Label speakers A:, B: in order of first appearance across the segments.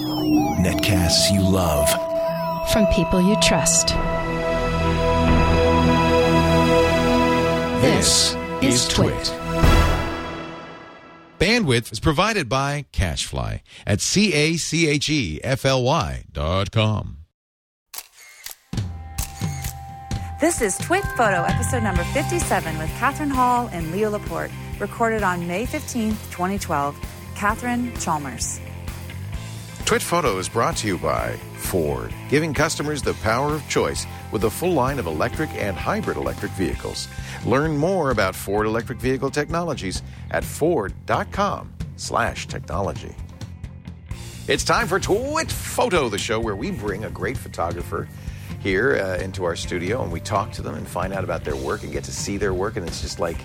A: Netcasts you love.
B: From people you trust.
A: This is Twit.
C: Bandwidth is provided by CashFly at C A C H E F L Y dot com.
D: This is Twit Photo, episode number 57, with Catherine Hall and Leo Laporte, recorded on May 15th, 2012. Catherine Chalmers.
E: Twit Photo is brought to you by Ford, giving customers the power of choice with a full line of electric and hybrid electric vehicles. Learn more about Ford electric vehicle technologies at ford.com/technology. It's time for Twit Photo, the show where we bring a great photographer here uh, into our studio and we talk to them and find out about their work and get to see their work and it's just like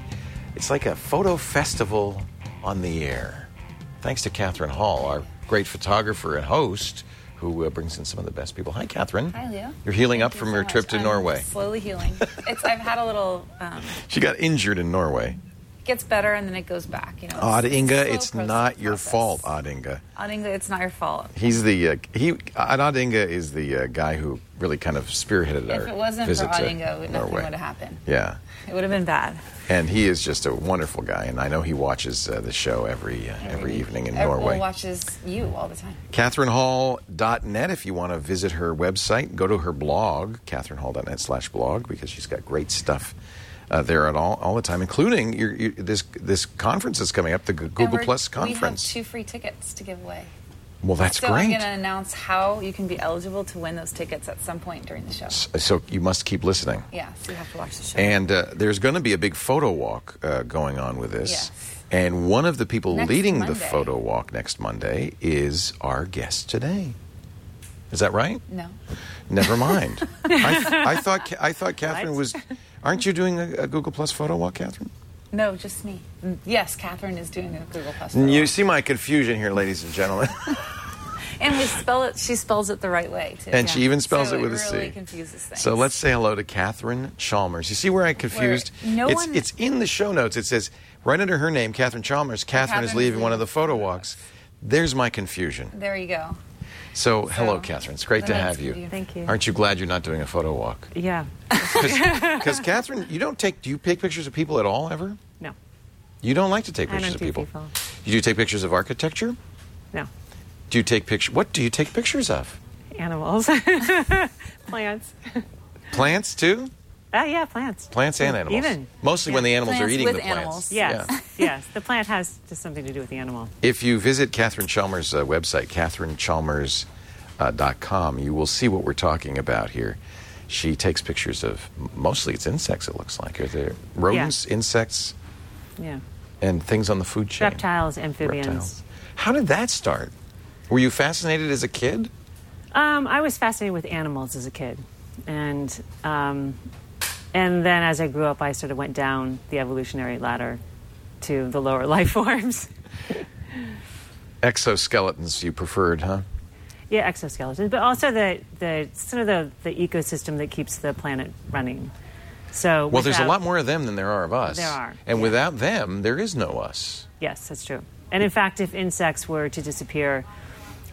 E: it's like a photo festival on the air. Thanks to Catherine Hall, our great photographer and host, who uh, brings in some of the best people. Hi, Catherine.
F: Hi, Leo.
E: You're healing up
F: Thank
E: from
F: you so
E: your
F: much.
E: trip to
F: I'm
E: Norway.
F: Slowly healing. It's I've had a little um,
E: She got injured in Norway.
F: gets better and then it goes back. You know.
E: Odd
F: a
E: Inga,
F: slow
E: it's
F: proce-
E: not your
F: process.
E: fault, Odd Inga.
F: Odd Inga, it's not your fault.
E: He's the uh, he. Odd Inga is the uh, guy who really kind of spearheaded our
F: If it wasn't
E: visit
F: for Odd
E: to
F: Inga, nothing
E: Norway.
F: would have happened.
E: Yeah.
F: It would have been bad.
E: And he is just a wonderful guy, and I know he watches uh, the show every uh, every evening in
F: Everyone
E: Norway.
F: watches you all the time.
E: CatherineHall.net if you want to visit her website. Go to her blog, CatherineHall.net slash blog, because she's got great stuff uh, there at all, all the time, including your, your, this this conference that's coming up, the G-
F: And
E: Google
F: we're-
E: Plus
F: We
E: conference.
F: have two free tickets to give away.
E: well, that's
F: so I'm
E: great.
F: going to announce how you can be eligible to win those tickets at some point during the show.
E: So you must keep listening.
F: Yeah, so you have to watch the show.
E: And uh, there's going to be a big photo walk uh, going on with this.
F: Yes.
E: And one of the people
F: Next
E: leading the
F: Monday.
E: photo walk next Monday is our guest today. Is that right?
F: no,
E: Never mind. I, I thought Ca- I thought Catherine was. Aren't you doing a, a Google Plus photo walk, Catherine?
F: no, just me. Mm, Yes, Catherine is doing the Google Plus.
E: You see my confusion here, ladies and gentlemen.
F: And we spell it. She spells it the right way too.
E: and she even spells
F: So
E: it with a C.
F: really Confuses things.
E: So let's say hello to Catherine Chalmers. You see where I confused?
F: Where no
E: it's,
F: one-
E: it's in the show notes. It says right under her name, Catherine Chalmers. Catherine, is
F: Catherine's
E: leaving one
F: leaving
E: of the photo walks. There's my confusion.
F: There you go.
E: So, hello,
F: So,
E: Catherine. It's great to
F: then it's
E: have you.
F: you.
G: Thank you.
E: Aren't you glad you're not doing a photo walk?
G: Yeah.
E: Because Catherine, you don't take. Do you take pictures of people at all ever?
G: No.
E: You don't like to take
G: I don't
E: pictures of
G: do
E: people.
G: people.
E: You do take pictures of architecture.
G: No.
E: Do you take picture? What do you take pictures of?
G: Animals. plants.
E: Plants too.
G: Ah, yeah, plants.
E: Plants and animals.
G: Even.
E: Mostly when the animals are
F: Plants
E: eating
F: with
E: the plants.
F: animals.
G: Yes.
E: Yeah.
G: Yes. The plant has just something to do with the animal.
E: If you visit Catherine Chalmers' uh, website, catherinechalmers.com, you will see what we're talking about here. She takes pictures of mostly it's insects. It looks like are there rodents, insects,
G: Yeah.
E: and things on the food chain.
G: Reptiles, amphibians.
E: Reptiles. How did that start? Were you fascinated as a kid?
G: Um, I was fascinated with animals as a kid, and um, and then as I grew up, I sort of went down the evolutionary ladder to the lower life forms.
E: Exoskeletons you preferred, huh?
G: yeah, exoskeletons, but also the the sort of the, the ecosystem that keeps the planet running. So
E: Well, there's a
G: without-
E: lot more of them than there are of us.
G: There are,
E: And
G: yeah.
E: without them, there is no us.
G: Yes, that's true. And in fact, if insects were to disappear,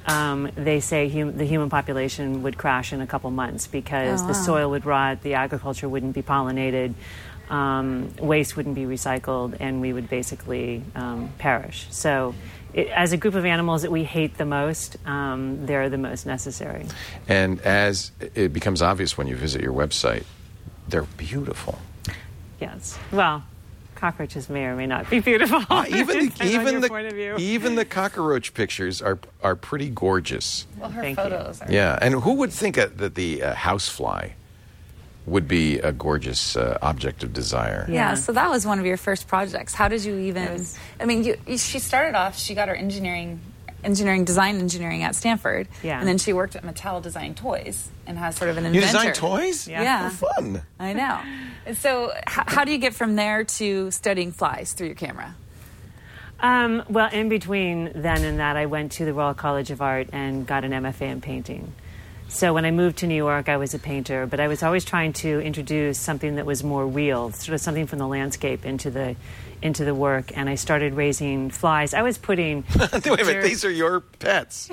G: um, they say hum- the human population would crash in a couple months because the soil would rot, the agriculture wouldn't be pollinated, um, waste wouldn't be recycled, and we would basically um, perish. So, it, as a group of animals that we hate the most, um, they're the most necessary.
E: And as it becomes obvious when you visit your website, they're beautiful.
G: Yes. Well, cockroaches may or may not be beautiful.
E: Uh, even the,
G: Depends on
E: even
G: your
E: the
G: point of view.
E: even the cockroach pictures are are pretty gorgeous.
F: Well, her
G: Thank you.
F: photos are.
E: Yeah, and who would think uh, that the uh, housefly would be a gorgeous uh, object of desire?
G: Yeah.
F: Yeah, so that was one of your first projects. How did you even?
G: was-
F: I mean, you, you, she started off. She got her engineering, engineering, design engineering at Stanford.
G: Yeah.
F: And then she worked at Mattel, designing toys, and has sort of an
E: You
F: inventor.
E: design toys?
G: Yeah.
F: Yeah.
E: How fun.
F: I know. And so, h- how do you get from there to studying flies through your camera?
G: Um, well, in between then and that, I went to the Royal College of Art and got an MFA in painting. So when I moved to New York, I was a painter, but I was always trying to introduce something that was more real, sort of something from the landscape into the into the work. And I started raising flies. I was putting
E: Wait a minute,
G: dirt-
E: these are your pets.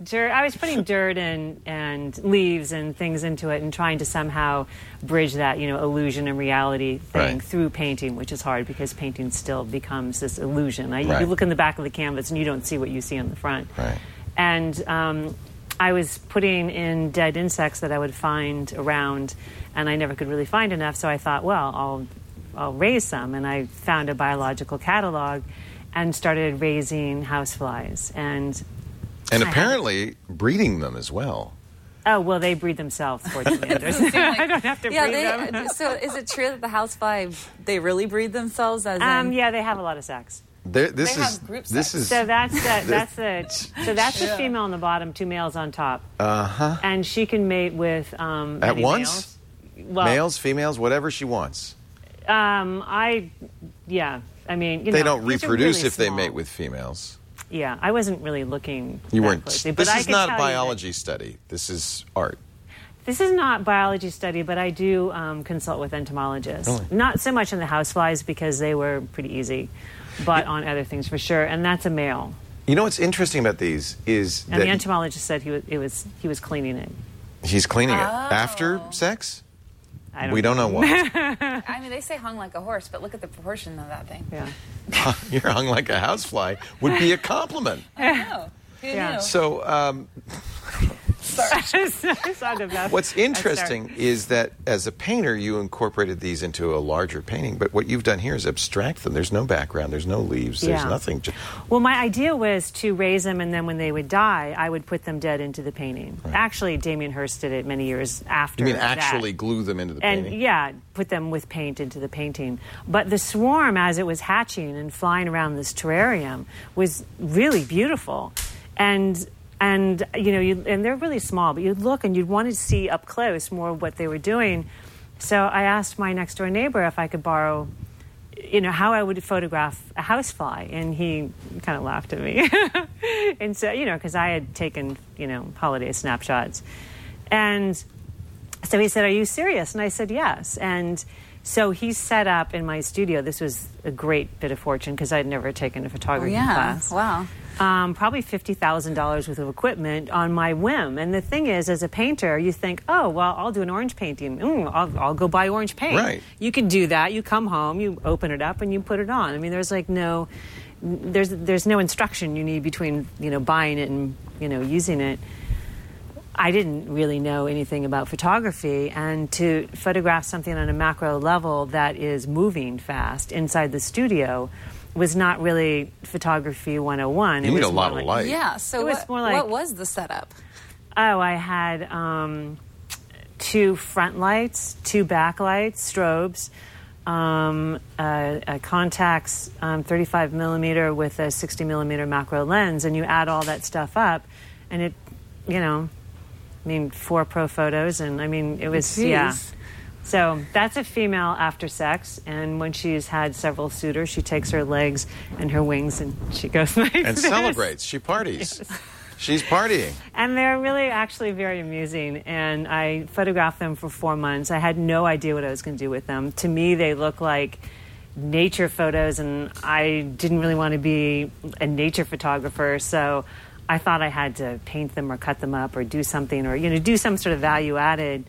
G: dirt. I was putting dirt and and leaves and things into it, and trying to somehow bridge that you know illusion and reality thing
E: Right.
G: through painting, which is hard because painting still becomes this illusion. I,
E: Right.
G: You look in the back of the canvas and you don't see what you see on the front.
E: Right.
G: And um, I was putting in dead insects that I would find around, and I never could really find enough. So I thought, well, I'll I'll raise some, and I found a biological catalog. And started raising houseflies, and
E: And apparently breeding them as well.
G: Oh well, they breed themselves. Fortunately, There's- I don't have to breed them.
F: yeah, they, uh, so is it true that the housefly they really breed themselves as
G: Um,
F: in,
G: yeah, they have a lot of sex.
E: There, this
F: They
E: is
F: have group
E: this
F: sex.
E: is
G: So that's the, that's the so that's the female on the bottom, two males on top. Uh huh. And she can mate with um,
E: Uh-huh. At
G: many
E: once?
G: Males. Well,
E: males, females, whatever she wants.
G: Um, I yeah. I mean, you
E: They
G: know,
E: don't
G: these are
E: reproduce
G: really
E: if they
G: small.
E: mate with females.
G: Yeah, I wasn't really looking.
E: You
G: that
E: weren't.
G: Closely, but
E: this
G: I
E: is
G: could
E: not
G: tell you that-
E: biology study. This is art.
G: This is not biology study, but I do um, consult with entomologists. Not so much on the houseflies because they were pretty easy, but on other things for sure. And that's a male.
E: You know what's interesting about these is
G: And
E: that
G: the entomologist said he was, it was he was cleaning it.
E: he's cleaning it after sex.
G: Oh. I don't
E: we don't know what.
F: I mean, they say hung like a horse, but look at the proportion of that thing.
G: Yeah.
E: You're hung like a housefly would be a compliment.
F: No. Who
G: Yeah.
F: knew?
E: So um,
G: I saw the best.
E: What's
G: I start-
E: interesting is that as a painter, you incorporated these into a larger painting, but what you've done here is abstract them. There's no background, there's no leaves, there's
G: Yeah.
E: nothing. Ju-
G: Well, my idea was to raise them, and then when they would die, I would put them dead into the painting. Actually, Damien Hirst did it many years
E: I
G: after.
E: mean,
G: that.
E: actually glue them into the
G: and
E: painting.
G: yeah, put them with paint into the painting. But the swarm, as it was hatching and flying around this terrarium, was really beautiful, and and you know, you, and they're really small, but you'd look and you'd want to see up close more of what they were doing. So I asked my next door neighbor if I could borrow. You know how I would photograph a housefly, and he kind of laughed at me, and so you know because I had taken you know holiday snapshots, and so he said, Are you serious? And I said, Yes. And so he set up in my studio, this was a great bit of fortune because I'd never taken a photography
F: Oh, yeah.
G: class.
F: Wow.
G: Um, probably $50,000 worth of equipment on my whim. And the thing is, as a painter, you think, Oh, well, I'll do an orange painting. Mm, I'll, I'll go buy orange paint.
E: Right.
G: You can do that. You come home, you open it up, and you put it on. I mean, there's like no. There's there's no instruction you need between you know buying it and you know using it. I didn't really know anything about photography, and to photograph something on a macro level that is moving fast inside the studio was not really photography 101. It
E: You need
G: was
E: a lot
G: more
E: of
G: like-
E: light.
F: Yeah. So
G: It was
F: what,
G: more like-
F: what was the setup?
G: Oh, I had um, two front lights, two back lights, strobes, um, a, a contacts um, 35 millimeter with a 60 millimeter macro lens, and you add all that stuff up, and it, you know, I mean, four pro photos, and I mean, it was yeah.
F: Jeez.
G: So that's a female after sex, and when she's had several suitors, she takes her legs and her wings, and she goes like
E: And
G: this.
E: celebrates. She parties. She's partying.
G: And they're really actually very amusing. And I photographed them for four months. I had no idea what I was going to do with them. To me, they look like nature photos, and I didn't really want to be a nature photographer. So I thought I had to paint them or cut them up or do something or, you know, do some sort of value added.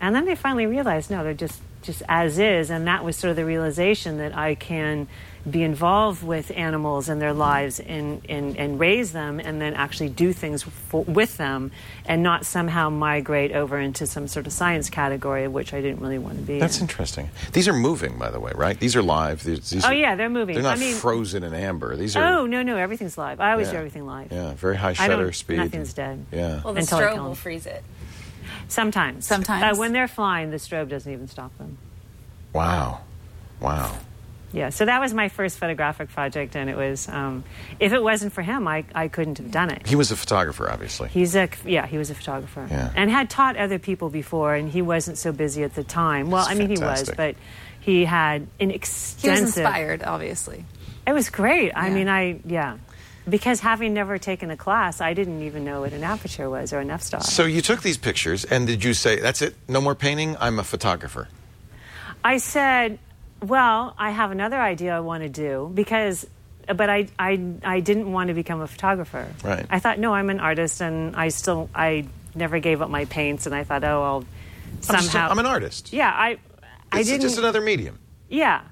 G: And then I finally realized, no, they're just just as is, and that was sort of the realization that I can be involved with animals and their lives and and, and raise them, and then actually do things for, with them, and not somehow migrate over into some sort of science category, which I didn't really want to be.
E: That's
G: in.
E: interesting. These are moving, by the way, right? These are live. These, these
G: Oh,
E: are-
G: yeah, they're moving.
E: They're not
G: I mean-
E: frozen in amber. These are.
G: Oh no no everything's live. I always
E: yeah.
G: do everything live.
E: Yeah, very high
G: I
E: shutter
G: don't-
E: speed.
G: nothing's dead.
E: Yeah.
F: Well, the
G: Until I
F: strobe
G: kill
F: will
G: him.
F: freeze it.
G: Sometimes
F: Sometimes.
G: uh, when they're flying, the strobe doesn't even stop them.
E: wow. Wow.
G: Yeah, so that was my first photographic project, and it was um, if it wasn't for him, I, I couldn't have done it.
E: He was a photographer, obviously.
G: He's a yeah, he was a photographer
E: Yeah.
G: and had taught other people before, and he wasn't so busy at the time. Well,
E: That's
G: I mean,
E: fantastic.
G: he was, but he had an
F: He was
G: extensive.
F: inspired, obviously.
G: It was great. I
F: Yeah.
G: mean, I yeah, Because having never taken a class, I didn't even know what an aperture was or an f star.
E: So you took these pictures, and did you say, "That's it, no more painting. I'm a photographer."
G: I said, "Well, I have another idea I want to do because." But I, I, I didn't want to become a photographer.
E: Right.
G: I thought, no, I'm an artist, and I still, I never gave up my paints, and I thought, oh, I'll
E: I'm
G: somehow.
E: just- I'm an artist.
G: Yeah, I, I
E: It's
G: didn't.
E: just another medium.
G: Yeah,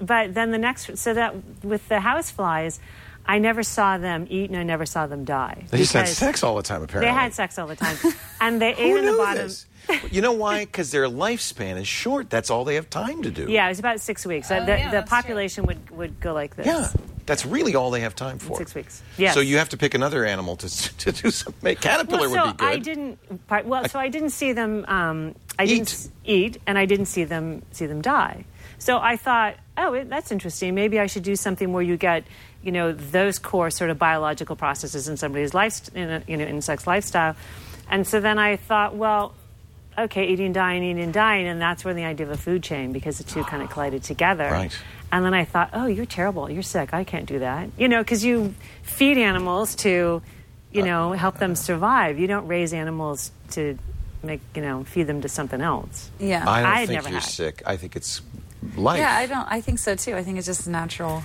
G: but then the next, so that with the houseflies, I never saw them eat and I never saw them die.
E: They just had
G: because
E: sex all the time, apparently.
G: They had sex all the time, and they ate
E: Who
G: in the
E: knew
G: bottom.
E: this? you know why? Because their lifespan is short. That's all they have time to do.
G: Yeah, it was about six weeks. Uh, the
F: Oh, yeah,
G: the
F: that's true.
G: population would would go like this.
E: Yeah. That's really all they have time for.
G: Six weeks. Yes.
E: So you have to pick another animal to, to do something. Caterpillar
G: Well, so
E: would be good.
G: I didn't. part- Well, so I didn't see them. Um, I didn't
E: Eat.
G: s- eat, and I didn't see them see them die. So I thought, oh, it- that's interesting. Maybe I should do something where you get, you know, those core sort of biological processes in somebody's life, in a, you know, insect's lifestyle. And so then I thought, well, okay, eating, dying, eating, dying, and that's where the idea of a food chain because the two kind of collided together.
E: Right.
G: And then I thought, oh, you're terrible. You're sick. I can't do that. You know, because you feed animals
E: Uh,
G: to, you know, help them
E: uh-huh.
G: survive. You don't raise animals to make, you know, feed them to something else.
F: Yeah.
E: I don't
G: I had
E: think
G: never
E: you're
G: had.
E: sick. I think it's life.
F: yeah, I don't. I think so too. I think it's just natural.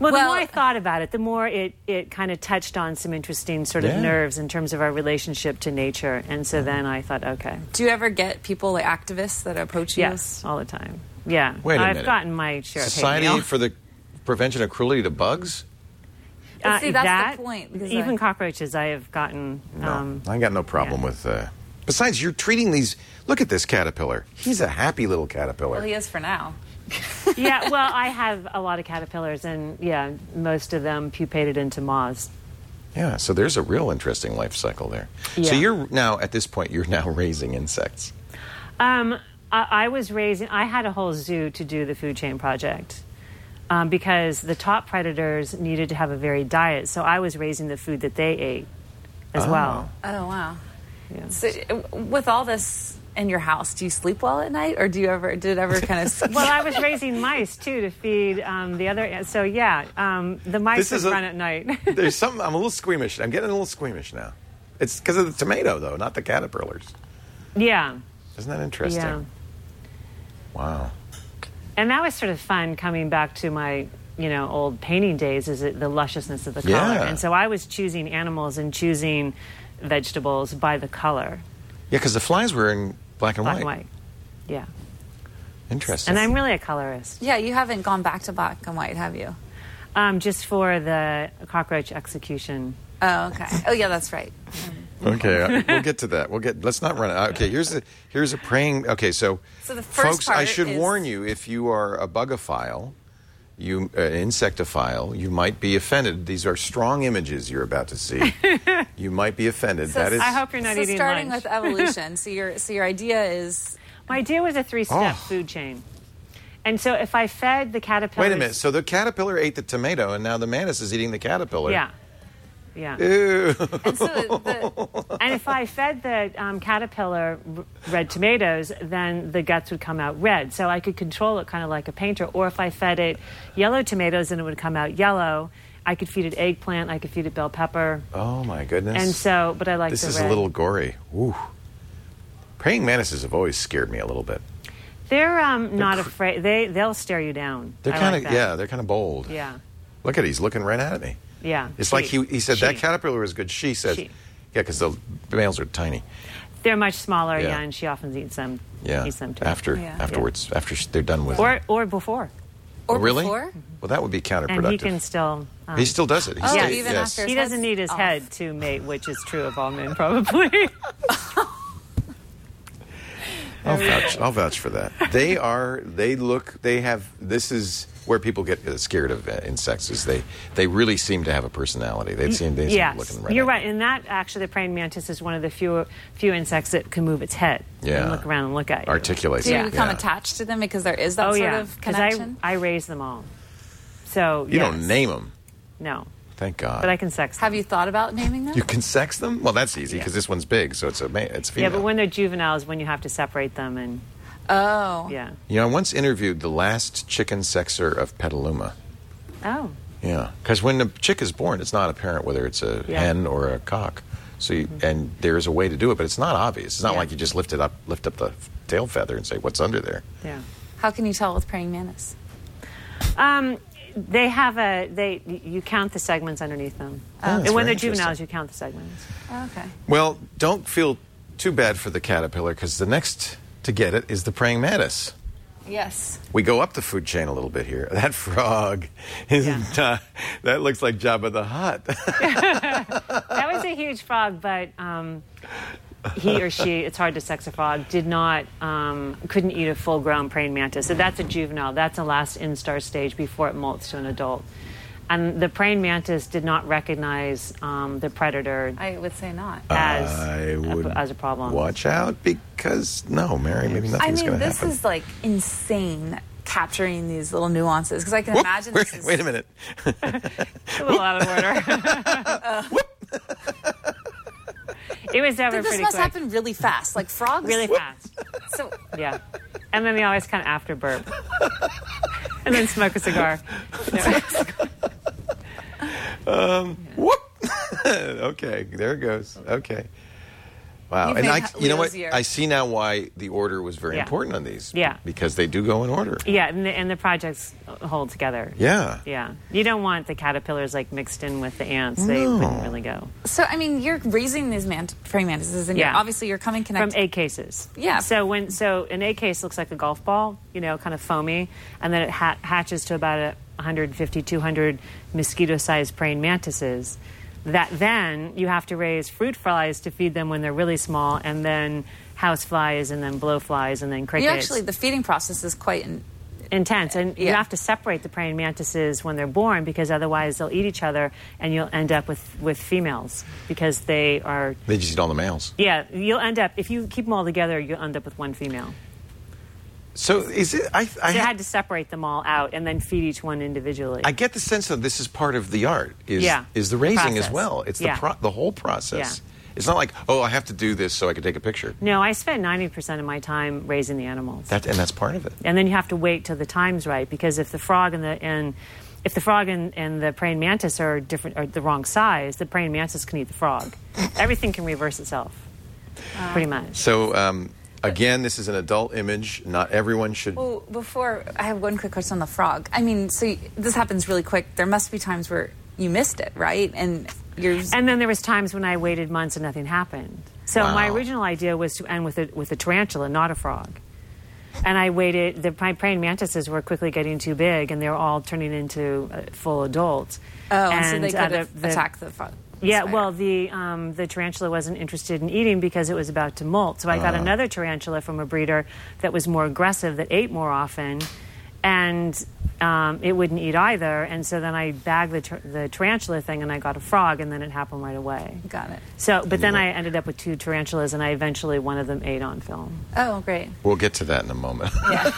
G: Well, the
F: Well-
G: more I thought about it, the more it, it kind of touched on some interesting sort of
E: Yeah. Uh-huh.
G: nerves in terms of our relationship to nature. And so then I thought, okay,
F: Do you ever get people like activists that approach you?
G: yes, all the time. Yeah.
E: Wait a
G: I've
E: minute.
G: gotten my share of hate
E: Society
G: mail.
E: for the Prevention of Cruelty to Bugs?
G: Uh,
F: see, that's the
G: that,
F: point, because
G: Even
F: I-
G: cockroaches, I have gotten. Um,
E: I got no problem
G: yeah.
E: with. Uh, besides, you're treating these. Look at this caterpillar. He's a happy little caterpillar.
F: Well, he is for now.
G: yeah, well, I have a lot of caterpillars, and yeah, most of them pupated into moths.
E: Yeah, so there's a real interesting life cycle there.
G: Yeah.
E: So you're now at this point you're now raising insects.
G: Um, I, I was raising. I had a whole zoo to do the food chain project um, because the top predators needed to have a varied diet, so I was raising the food that they ate as well.
F: Oh wow.
G: Yeah.
F: So, uh, with all this in your house, do you sleep well at night, or do you ever did it ever kind of?
G: Well, I was raising mice too to feed um, the other. So yeah, um, the mice would run at night.
E: there's something I'm a little squeamish. I'm getting a little squeamish now. It's because of the tomato though, not the caterpillars.
G: yeah,
E: Isn't that interesting?
G: yeah.
E: Wow.
G: And that was sort of fun coming back to my, you know, old painting days is it the lusciousness of the
E: Yeah.
G: color. And so I was choosing animals and choosing vegetables by the color,
E: Yeah, because the flies were in black and
G: black
E: white.
G: and white. Yeah.
E: Interesting.
G: And I'm really a colorist,
F: yeah, you haven't gone back to black and white, have you?
G: um, just for the cockroach execution.
F: Oh, okay. Oh, yeah, that's right.
E: okay. uh, we'll get to that. We'll get. Let's not run out. Okay. Here's the. Here's a praying. Okay. So.
F: So the first
E: folks, I
F: part
E: should
F: is-
E: warn you: if you are a bugophile, you uh, insectophile, you might be offended. These are strong images you're about to see. you might be offended. that is.
G: I hope you're not
F: so
G: eating
F: starting
G: lunch.
F: with evolution. so your so your idea is
G: My idea was a three-step
E: Oh.
G: food chain. And so if I fed the caterpillars...
E: Wait a minute. So the caterpillar ate the tomato, and now the mantis is eating the caterpillar.
G: Yeah. Yeah.
F: and so the,
G: and if I fed the um, caterpillar r- red tomatoes, then the guts would come out red. So I could control it kind of like a painter. Or if I fed it yellow tomatoes, then it would come out yellow. I could feed it eggplant. I could feed it bell pepper.
E: Oh my goodness.
G: And so, but I like
E: this
G: the
E: is
G: red.
E: a little gory. Ooh. Praying mantises have always scared me a little bit.
G: They're um, not afraid. They they'll stare you down.
E: They're
G: I
E: kind of
G: like that.
E: yeah. They're kind of bold.
G: Yeah.
E: Look at it, he's looking right at me.
G: Yeah,
E: It's
G: she-
E: like he, he said that
G: she.
E: caterpillar is good. She says,
G: She.
E: yeah, because the males are tiny.
G: They're much smaller. Yeah.
E: Yeah.
G: and she often eats them.
E: Yeah.
G: Eats them too.
E: after
F: Yeah.
E: afterwards after sh- they're done with.
G: Or or before.
E: oh,
F: or
E: really?
F: before?
E: Well, that would be counterproductive.
G: And he can still. Um,
E: He still does it. He
F: Oh,
E: stays-
F: even
E: yes.
F: after-
G: he doesn't need his
E: Oh.
F: Off.
G: head to mate, which is true of all men, probably.
E: I'll vouch. I'll vouch for that. They are. They look. They have. This is where people get uh, scared of uh, insects. Is they they really seem to have a personality. They seem. They seem
G: Yes,
E: looking right.
G: you're
E: at
G: right.
E: you.
G: And that actually, the praying mantis is one of the few few insects that can move its head
E: Yeah.
G: and look around and look at you.
E: Articulate.
F: Do you
G: Yeah.
F: become
E: Yeah.
F: attached to them because there is that
G: oh
F: sort
G: yeah,
F: of
G: 'cause
F: connection?
G: I I raise them all. So
E: You
G: yes.
E: don't name them.
G: No,
E: Thank God.
G: but I can sex. Them.
F: Have you thought about naming them?
E: You can sex them? Well, that's easy because this one's big, so it's a ma- it's
G: yeah,
E: female.
G: but when they're juveniles, when you have to separate them and
F: oh,
G: yeah.
E: you know, I once interviewed the last chicken sexer of Petaluma.
G: Oh,
E: Yeah, because when the chick is born, it's not apparent whether it's a
G: Yeah. Mm-hmm.
E: hen or a cock. So, you, and there is a way to do it, but it's not obvious. It's not
G: Yeah.
E: like you just lift it up, lift up the f- tail feather, and say what's under there.
G: Yeah.
F: How can you tell with praying mantis?
G: Um, they have a they. You count the segments underneath them,
E: Oh, that's
G: and when
E: very
G: they're juveniles,
E: interesting.
G: you count the segments.
F: Oh, okay.
E: Well, don't feel too bad for the caterpillar, because the next to get it is the praying mantis.
F: Yes.
E: We go up the food chain a little bit here. That frog is
G: Yeah.
E: not, that looks like Jabba the Hutt.
G: That was a huge frog, but um, he or she, it's hard to sex a frog, did not, um, couldn't eat a full grown praying mantis. So that's a juvenile. That's a last instar stage before it molts to an adult. And the praying mantis did not recognize um, the predator
F: I would say not.
E: Uh,
G: as,
E: I
G: a-
E: would
G: as a problem.
E: Watch out, because no, Mary, maybe
F: I
E: nothing's
F: mean,
E: going to
F: this
E: happen.
F: is like insane capturing these little nuances because I can
E: Whoop!
F: imagine
E: Wait-
F: this is
E: wait a minute.
G: It's a little out of order. it was over
F: This
G: pretty
F: must
G: quick.
F: happen really fast, like frogs.
G: really fast.
F: So
G: Yeah. And then they always kind of after burp. and then smoke a cigar. No.
E: Whoop! okay, there it goes. Okay. Wow.
F: You've
E: and
F: made
E: I, you know
F: Leo's
E: what?
F: year.
E: I see now why the order was very
G: Yeah.
E: important on these.
G: Yeah.
E: Because they do go in order.
G: Yeah, and the, and the projects hold together.
E: Yeah.
G: Yeah. You don't want the caterpillars like mixed in with the ants. They wouldn't really go.
F: So I mean, you're raising these mant- praying mantises, and you're,
G: Yeah.
F: obviously you're coming
G: From
F: connected.
G: egg cases.
F: Yeah.
G: So when so an egg case looks like a golf ball, you know, kind of foamy, and then it ha- hatches to about a 150, 200 mosquito-sized praying mantises. That then you have to raise fruit flies to feed them when they're really small, and then house flies, and then blowflies, and then
F: you
G: crickets.
F: actually, the feeding process is quite. In-
G: intense and you
F: Yeah.
G: have to separate the praying mantises when they're born because otherwise they'll eat each other and you'll end up with with females because they are
E: They just eat all the males.
G: yeah you'll end up if you keep them all together you'll end up with one female
E: So is it? I I,
G: so you had to separate them all out and then feed each one individually
E: I get the sense that this is part of the art. Is
G: Yeah.
E: is the raising as
G: Process.
E: well? It's
G: Yeah.
E: the pro- the whole process. It's not like oh I have to do this so I can take a picture.
G: no i spent 90% of my time raising the animals
E: That and that's part of it.
G: and then you have to wait till the time's right because if the frog and the and if the frog and, and the praying mantis are different are the wrong size the praying mantis can eat the frog everything can reverse itself pretty much
E: So um, again, this is an adult image. Not everyone should.
F: Well, Oh, before I have one quick question on the frog. I mean, so y- this happens really quick. There must be times where you missed it, right? And you're
G: And then there was times when I waited months and nothing happened. So my
E: Wow.
G: original idea was to end with a, with a tarantula, not a frog. And I waited. The, my praying mantises were quickly getting too big, and they were all turning into uh, full adults.
F: oh, and so they could
G: uh,
F: have attack the frog.
G: yeah,
F: spider.
G: well, the um, the tarantula wasn't interested in eating because it was about to molt. So I
E: Ah.
G: got another tarantula from a breeder that was more aggressive, that ate more often, and um, it wouldn't eat either. And so then I bagged the, tar- the tarantula thing, and I got a frog, and then it happened right away.
F: got it.
G: So, but then I ended up with two tarantulas, and I eventually one of them ate on film.
F: Oh, great.
E: We'll get to that in a moment.
F: Yeah.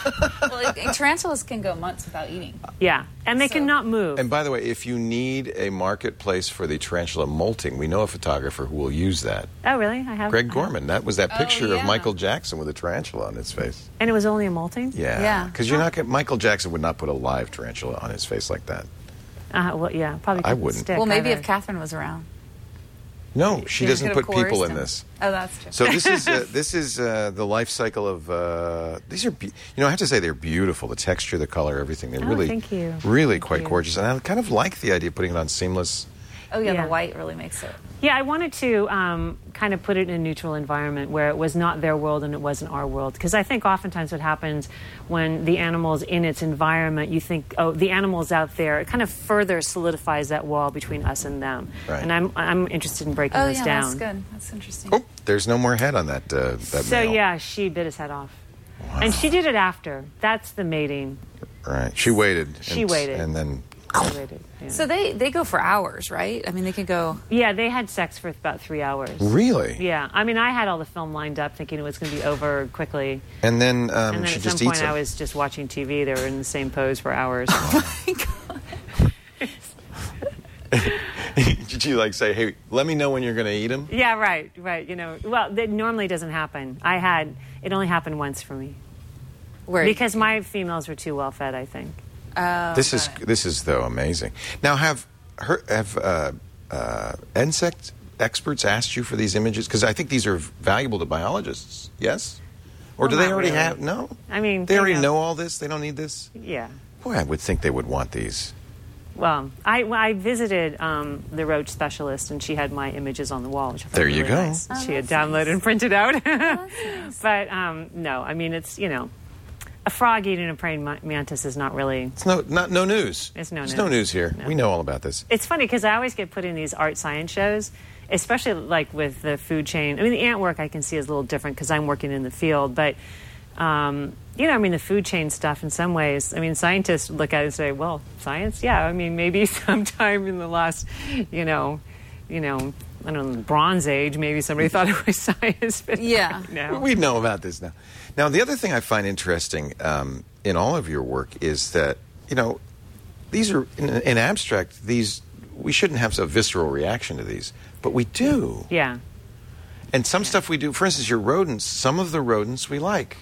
F: well, it- tarantulas can go months without eating.
G: Yeah, and they
F: So-
G: cannot move.
E: And by the way, if you need a marketplace for the tarantula molting, we know a photographer who will use that.
G: oh, really? I have
E: Greg Gorman. That was that picture
F: Oh, yeah.
E: of Michael Jackson with a tarantula on his face.
G: And it was only a molting.
E: Yeah.
F: Yeah.
E: Because you're not gonna, Michael Jackson would not put a live tarantula on his face like that.
G: Uh, well, yeah, probably.
E: I
G: couldn't
E: wouldn't.
G: stick
F: Well, maybe
G: either.
F: if Catherine was around,
E: No, she
F: You
E: doesn't
F: could've
E: put people
F: coerced
E: in
F: him.
E: this.
F: Oh, that's true.
E: So this is uh, this is uh, the life cycle of uh, these are be- you know I have to say they're beautiful the texture the color everything they're
G: Oh,
E: really
G: thank you.
E: really
G: Thank
E: quite
G: you.
E: gorgeous and I kind of like the idea of putting it on seamless
F: oh yeah,
G: Yeah.
F: the white really makes it.
G: Yeah, I wanted to um, kind of put it in a neutral environment where it was not their world and it wasn't our world. Because I think oftentimes what happens when the animal's in its environment, you think, oh, the animal's out there. It kind of further solidifies that wall between us and them.
E: Right.
G: And I'm, I'm interested in breaking
F: Oh
G: this
F: yeah,
G: down.
F: that's good. That's interesting.
E: oh there's no more head on that uh, that
G: So,
E: male.
G: yeah, she bit his head off. And she did it after. That's the mating.
E: right she waited
G: She
E: and,
G: waited.
E: and then
G: She waited, yeah.
F: So they they go for hours, right? I mean, they could go.
G: yeah, they had sex for about three hours.
E: really
G: Yeah, I mean, I had all the film lined up thinking it was going to be over quickly.
E: and then um,
G: And then
E: she
G: at
E: just
G: some
E: eats
G: point,
E: it
G: I was just watching TV. They were in the same pose for hours.
E: did you like say hey let me know when you're gonna eat him
G: yeah, right, right. You know, well, that normally doesn't happen. I had it only happened once for me
F: Where
G: because my females were too well fed. I think.
E: this is this is though amazing. Now have her, have uh, uh, insect experts asked you for these images because I think these are valuable to biologists. Yes, or do
G: Well,
E: they
G: not
E: already
G: really.
E: have? No,
G: I mean,
E: they
G: they
E: already
G: have-
E: know all this. They don't need this.
G: Yeah.
E: Boy, I would think they would want these.
G: Well, I, well, I visited um, the roach specialist, and she had my images on the wall. Which I thought
E: There
G: were
E: you
G: really
E: go.
G: nice. she had downloaded and printed out. But um, no, I mean it's you know, a frog eating a praying ma- mantis is not really.
E: It's no, not no news.
G: It's no
E: There's
G: news.
E: no news here.
G: No.
E: We know all about this.
G: It's funny because I always get put in these art science shows, especially like with the food chain. I mean, the ant work I can see is a little different because I'm working in the field, but. Um, you know, I mean, the food chain stuff in some ways. I mean, scientists look at it and say, well, science, yeah. I mean, maybe sometime in the last, you know, you know, I don't know, Bronze Age, maybe somebody thought it was science. But
F: Yeah.
G: No.
E: We know about this now. Now, the other thing I find interesting um, in all of your work is that you know these are in, in abstract. These we shouldn't have a visceral reaction to these, but we do.
G: Yeah.
E: And some stuff we do. For instance, your rodents. Some of the rodents we like.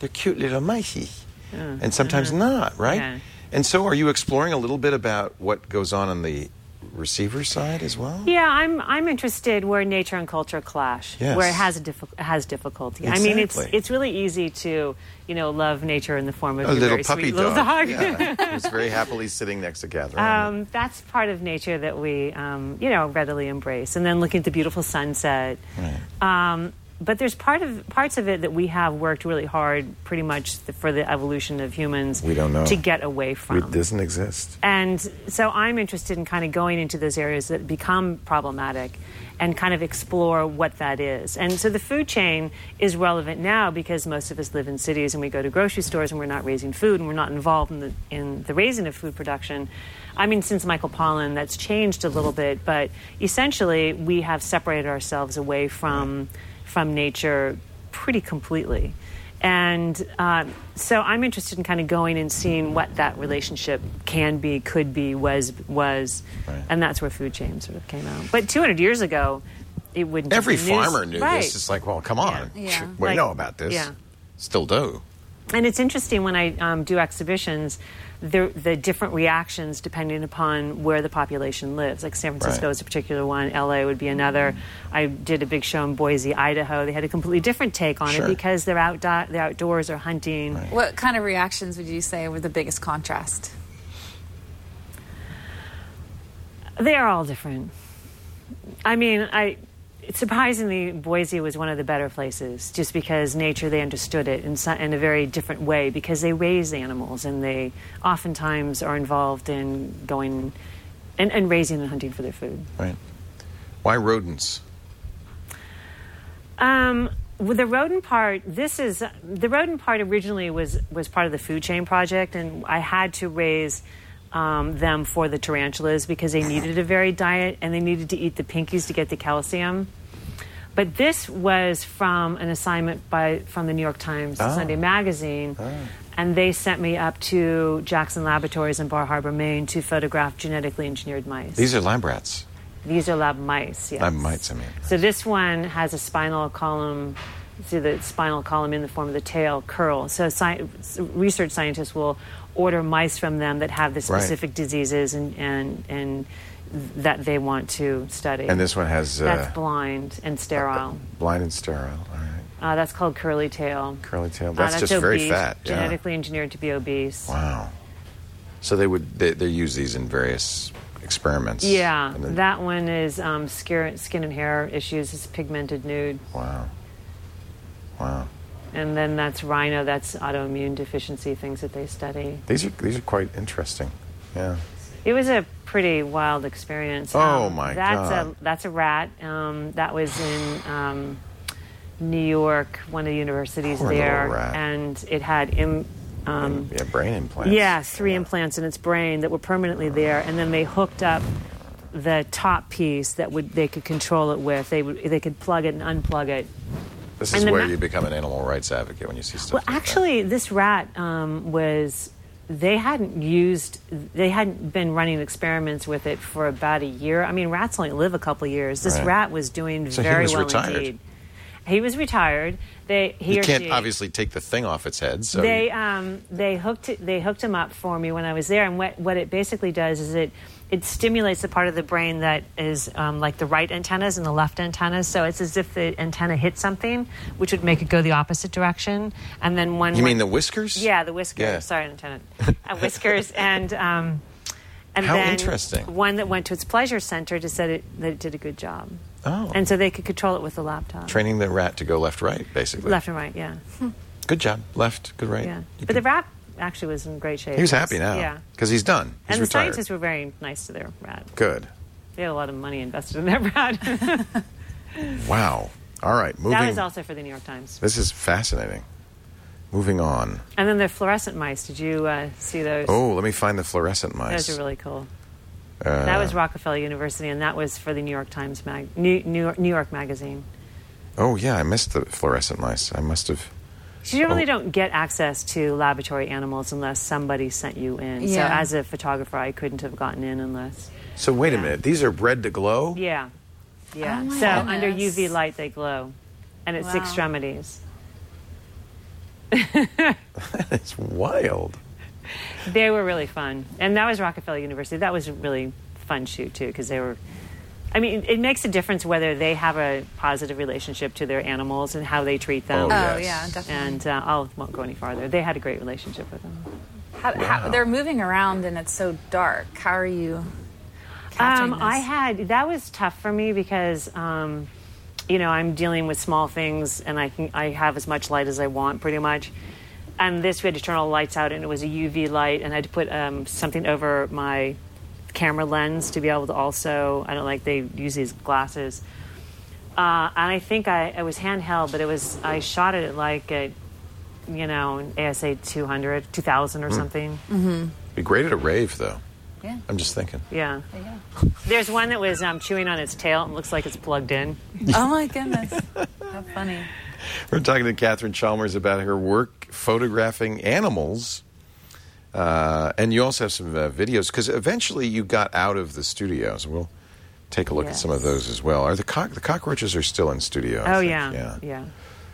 E: They're cute little mighty, and sometimes not. Right.
G: Mm-hmm. Yeah.
E: And so, are you exploring a little bit about what goes on on the receiver side as well?
G: Yeah, I'm I'm interested where nature and culture clash,
E: Yes.
G: where it has a diffi- has difficulty. I mean, it's
E: Exactly.
G: it's really easy to you know love nature in the form of
E: A
G: your
E: little
G: very
E: puppy
G: sweet little
E: dog.
G: dog.
E: yeah, who's very happily sitting next to Catherine.
G: Um, that's part of nature that we, um, you know, readily embrace. And then looking at the beautiful sunset. Um, but there's part of parts of it that we have worked really hard, pretty much th for the evolution of humans.
E: We don't know.
G: to get away from.
E: It doesn't exist.
G: And so I'm interested in kind of going into those areas that become problematic and kind of explore what that is. And so the food chain is relevant now because most of us live in cities and we go to grocery stores and we're not raising food and we're not involved in the, in the raising of food production. I mean, since Michael Pollan, that's changed a little bit, but essentially we have separated ourselves away from, from nature pretty completely. And um, so I'm interested in kind of going and seeing what that relationship can be, could be, was, was,
E: Right.
G: and that's where food chain sort of came out. But 200 years ago, it wouldn't.
E: Every
G: have been news-
E: farmer knew
G: Right.
E: this. It's like, well, come on.
F: Yeah.
E: we
G: Like-
E: know about this.
G: yeah.
E: Still do.
G: And it's interesting when I um, do exhibitions, the, the different reactions depending upon where the population lives. Like San Francisco
E: Right.
G: is a particular one, LA would be another. I did a big show in Boise, Idaho. They had a completely different take on
E: Sure.
G: it because they're, out, they're outdoors or hunting.
F: What kind of reactions would you say were the biggest contrast?
G: They are all different. I mean, I surprisingly, Boise was one of the better places, just because nature they understood it in, so- in a very different way because they raise animals and they oftentimes are involved in going and, and raising and hunting for their food.
E: Right. Why rodents?
G: Um, with the rodent part, this is the rodent part originally was was part of the food chain project, and I had to raise. Um, them for the tarantulas because they needed a varied diet and they needed to eat the pinkies to get the calcium. But this was from an assignment by from the New York Times and Sunday Magazine, and they sent me up to Jackson Laboratories in Bar Harbor, Maine, to photograph genetically engineered mice.
E: These are lab rats.
G: These are lab mice. Yes.
E: Lab mites, I mean.
G: So this one has a spinal column. See the spinal column in the form of the tail curl. So sci- research scientists will order mice from them that have the
E: Right.
G: specific diseases and and and that they want to study.
E: And this one has uh,
G: that's blind and sterile.
E: blind and sterile. All right.
G: Uh, that's called curly tail.
E: Curly tail.
G: Uh,
E: That's just very
G: obese,
E: fat, yeah.
G: Genetically engineered to be obese.
E: Wow. So they would they, they use these in various experiments.
G: Yeah,
E: And then-
G: that one is um, skin, skin and hair issues. It's pigmented nude.
E: Wow. Wow.
G: And then that's rhino, that's autoimmune deficiency, things that they study.
E: These are these are quite interesting. Yeah.
G: It was a pretty wild experience. Um,
E: Oh, my
G: that's
E: God.
G: A, that's a rat. Um, that was in um, New York, one of the universities
E: Poor little
G: there.
E: rat.
G: And it had. Im- um,
E: Yeah. Brain implants.
G: yeah, three implants in its brain that were permanently there, and then they hooked up the top piece that would they could control it with. They would, they could plug it and unplug it.
E: This is
G: and the
E: where
G: ma-
E: you become an animal rights advocate when you see stuff.
G: Well,
E: like that.
G: actually, this rat um, was. They hadn't used. They hadn't been running experiments with it for about a year. I mean, rats only live a couple years. This
E: Right.
G: rat was doing
E: So he
G: very
E: was
G: well
E: retired.
G: indeed. He was retired. They he
E: You
G: or
E: can't
G: she,
E: obviously take the thing off its head. So
G: they um, they hooked they hooked him up for me when I was there, and what what it basically does is it it stimulates the part of the brain that is um, like the right antennas and the left antennas. So it's as if the antenna hit something, which would make it go the opposite direction, and then one.
E: you mean the whiskers?
G: Yeah, the whiskers.
E: Yeah.
G: Sorry, Lieutenant. Uh, whiskers and. Um, and
E: How
G: then
E: interesting.
G: One that went to its pleasure center just said it, that it did a good job.
E: Oh.
G: And so they could control it with the laptop.
E: Training the rat to go left, right, basically.
G: Left and right, yeah.
E: Good job. Left, good, right.
G: yeah.
E: You
G: But the
E: could-
G: rat actually was in great shape.
E: He was happy now.
G: Yeah.
E: Because he's done. He's
G: and the
E: retired.
G: scientists were very nice to their rat.
E: Good.
G: They had a lot of money invested in that rat.
E: Wow. All right. Moving.
G: that is also for the New York Times.
E: This is fascinating. Moving on.
G: And then the fluorescent mice. Did you uh, see those?
E: Oh, Uh, let me find the fluorescent mice.
G: Those are really cool. that was Rockefeller University, and that was for the New York Times mag, New, New, York, New York Magazine.
E: Oh yeah, I missed the fluorescent mice. I must have.
G: So you really
E: Oh.
G: don't get access to laboratory animals unless somebody sent you in. So
F: Yeah.
G: as a photographer, I couldn't have gotten in unless.
E: So wait a minute. These are bred to glow.
G: Yeah, yeah.
F: Oh, my
G: so under
F: goodness.
G: UV light, they glow, and it's
F: Wow.
G: extremities.
E: It's wild.
G: They were really fun, and that was Rockefeller University. That was a really fun shoot too, because they were. I mean, it makes a difference whether they have a positive relationship to their animals and how they treat them.
E: Oh,
F: Oh
E: Yes.
F: yeah, definitely.
G: And uh, I won't go any farther. They had a great relationship with them.
F: How, how, they're moving around and it's so dark. How are you? Catching
G: Um, I
F: this?
G: had that was tough for me because um, you know I'm dealing with small things and I can I have as much light as I want pretty much. And this we had to turn all the lights out and it was a UV light and I had to put um, something over my camera lens to be able to also I don't like they use these glasses. Uh, and I think I it was handheld, but it was I shot it at like at you know an ASA 200, 2000 or something.
E: Be great at a rave though.
F: Yeah.
E: I'm just thinking.
G: Yeah. There's one that was um, chewing on its tail and looks like it's plugged in.
F: Oh my goodness. How funny.
E: We're talking to Catherine Chalmers about her work photographing animals. Uh, and you also have some uh, videos because eventually you got out of the studios. We'll take a look at some of
G: Yes.
E: those as well. Are the cock- the cockroaches are still in studio? I
G: oh
E: think.
G: yeah. yeah,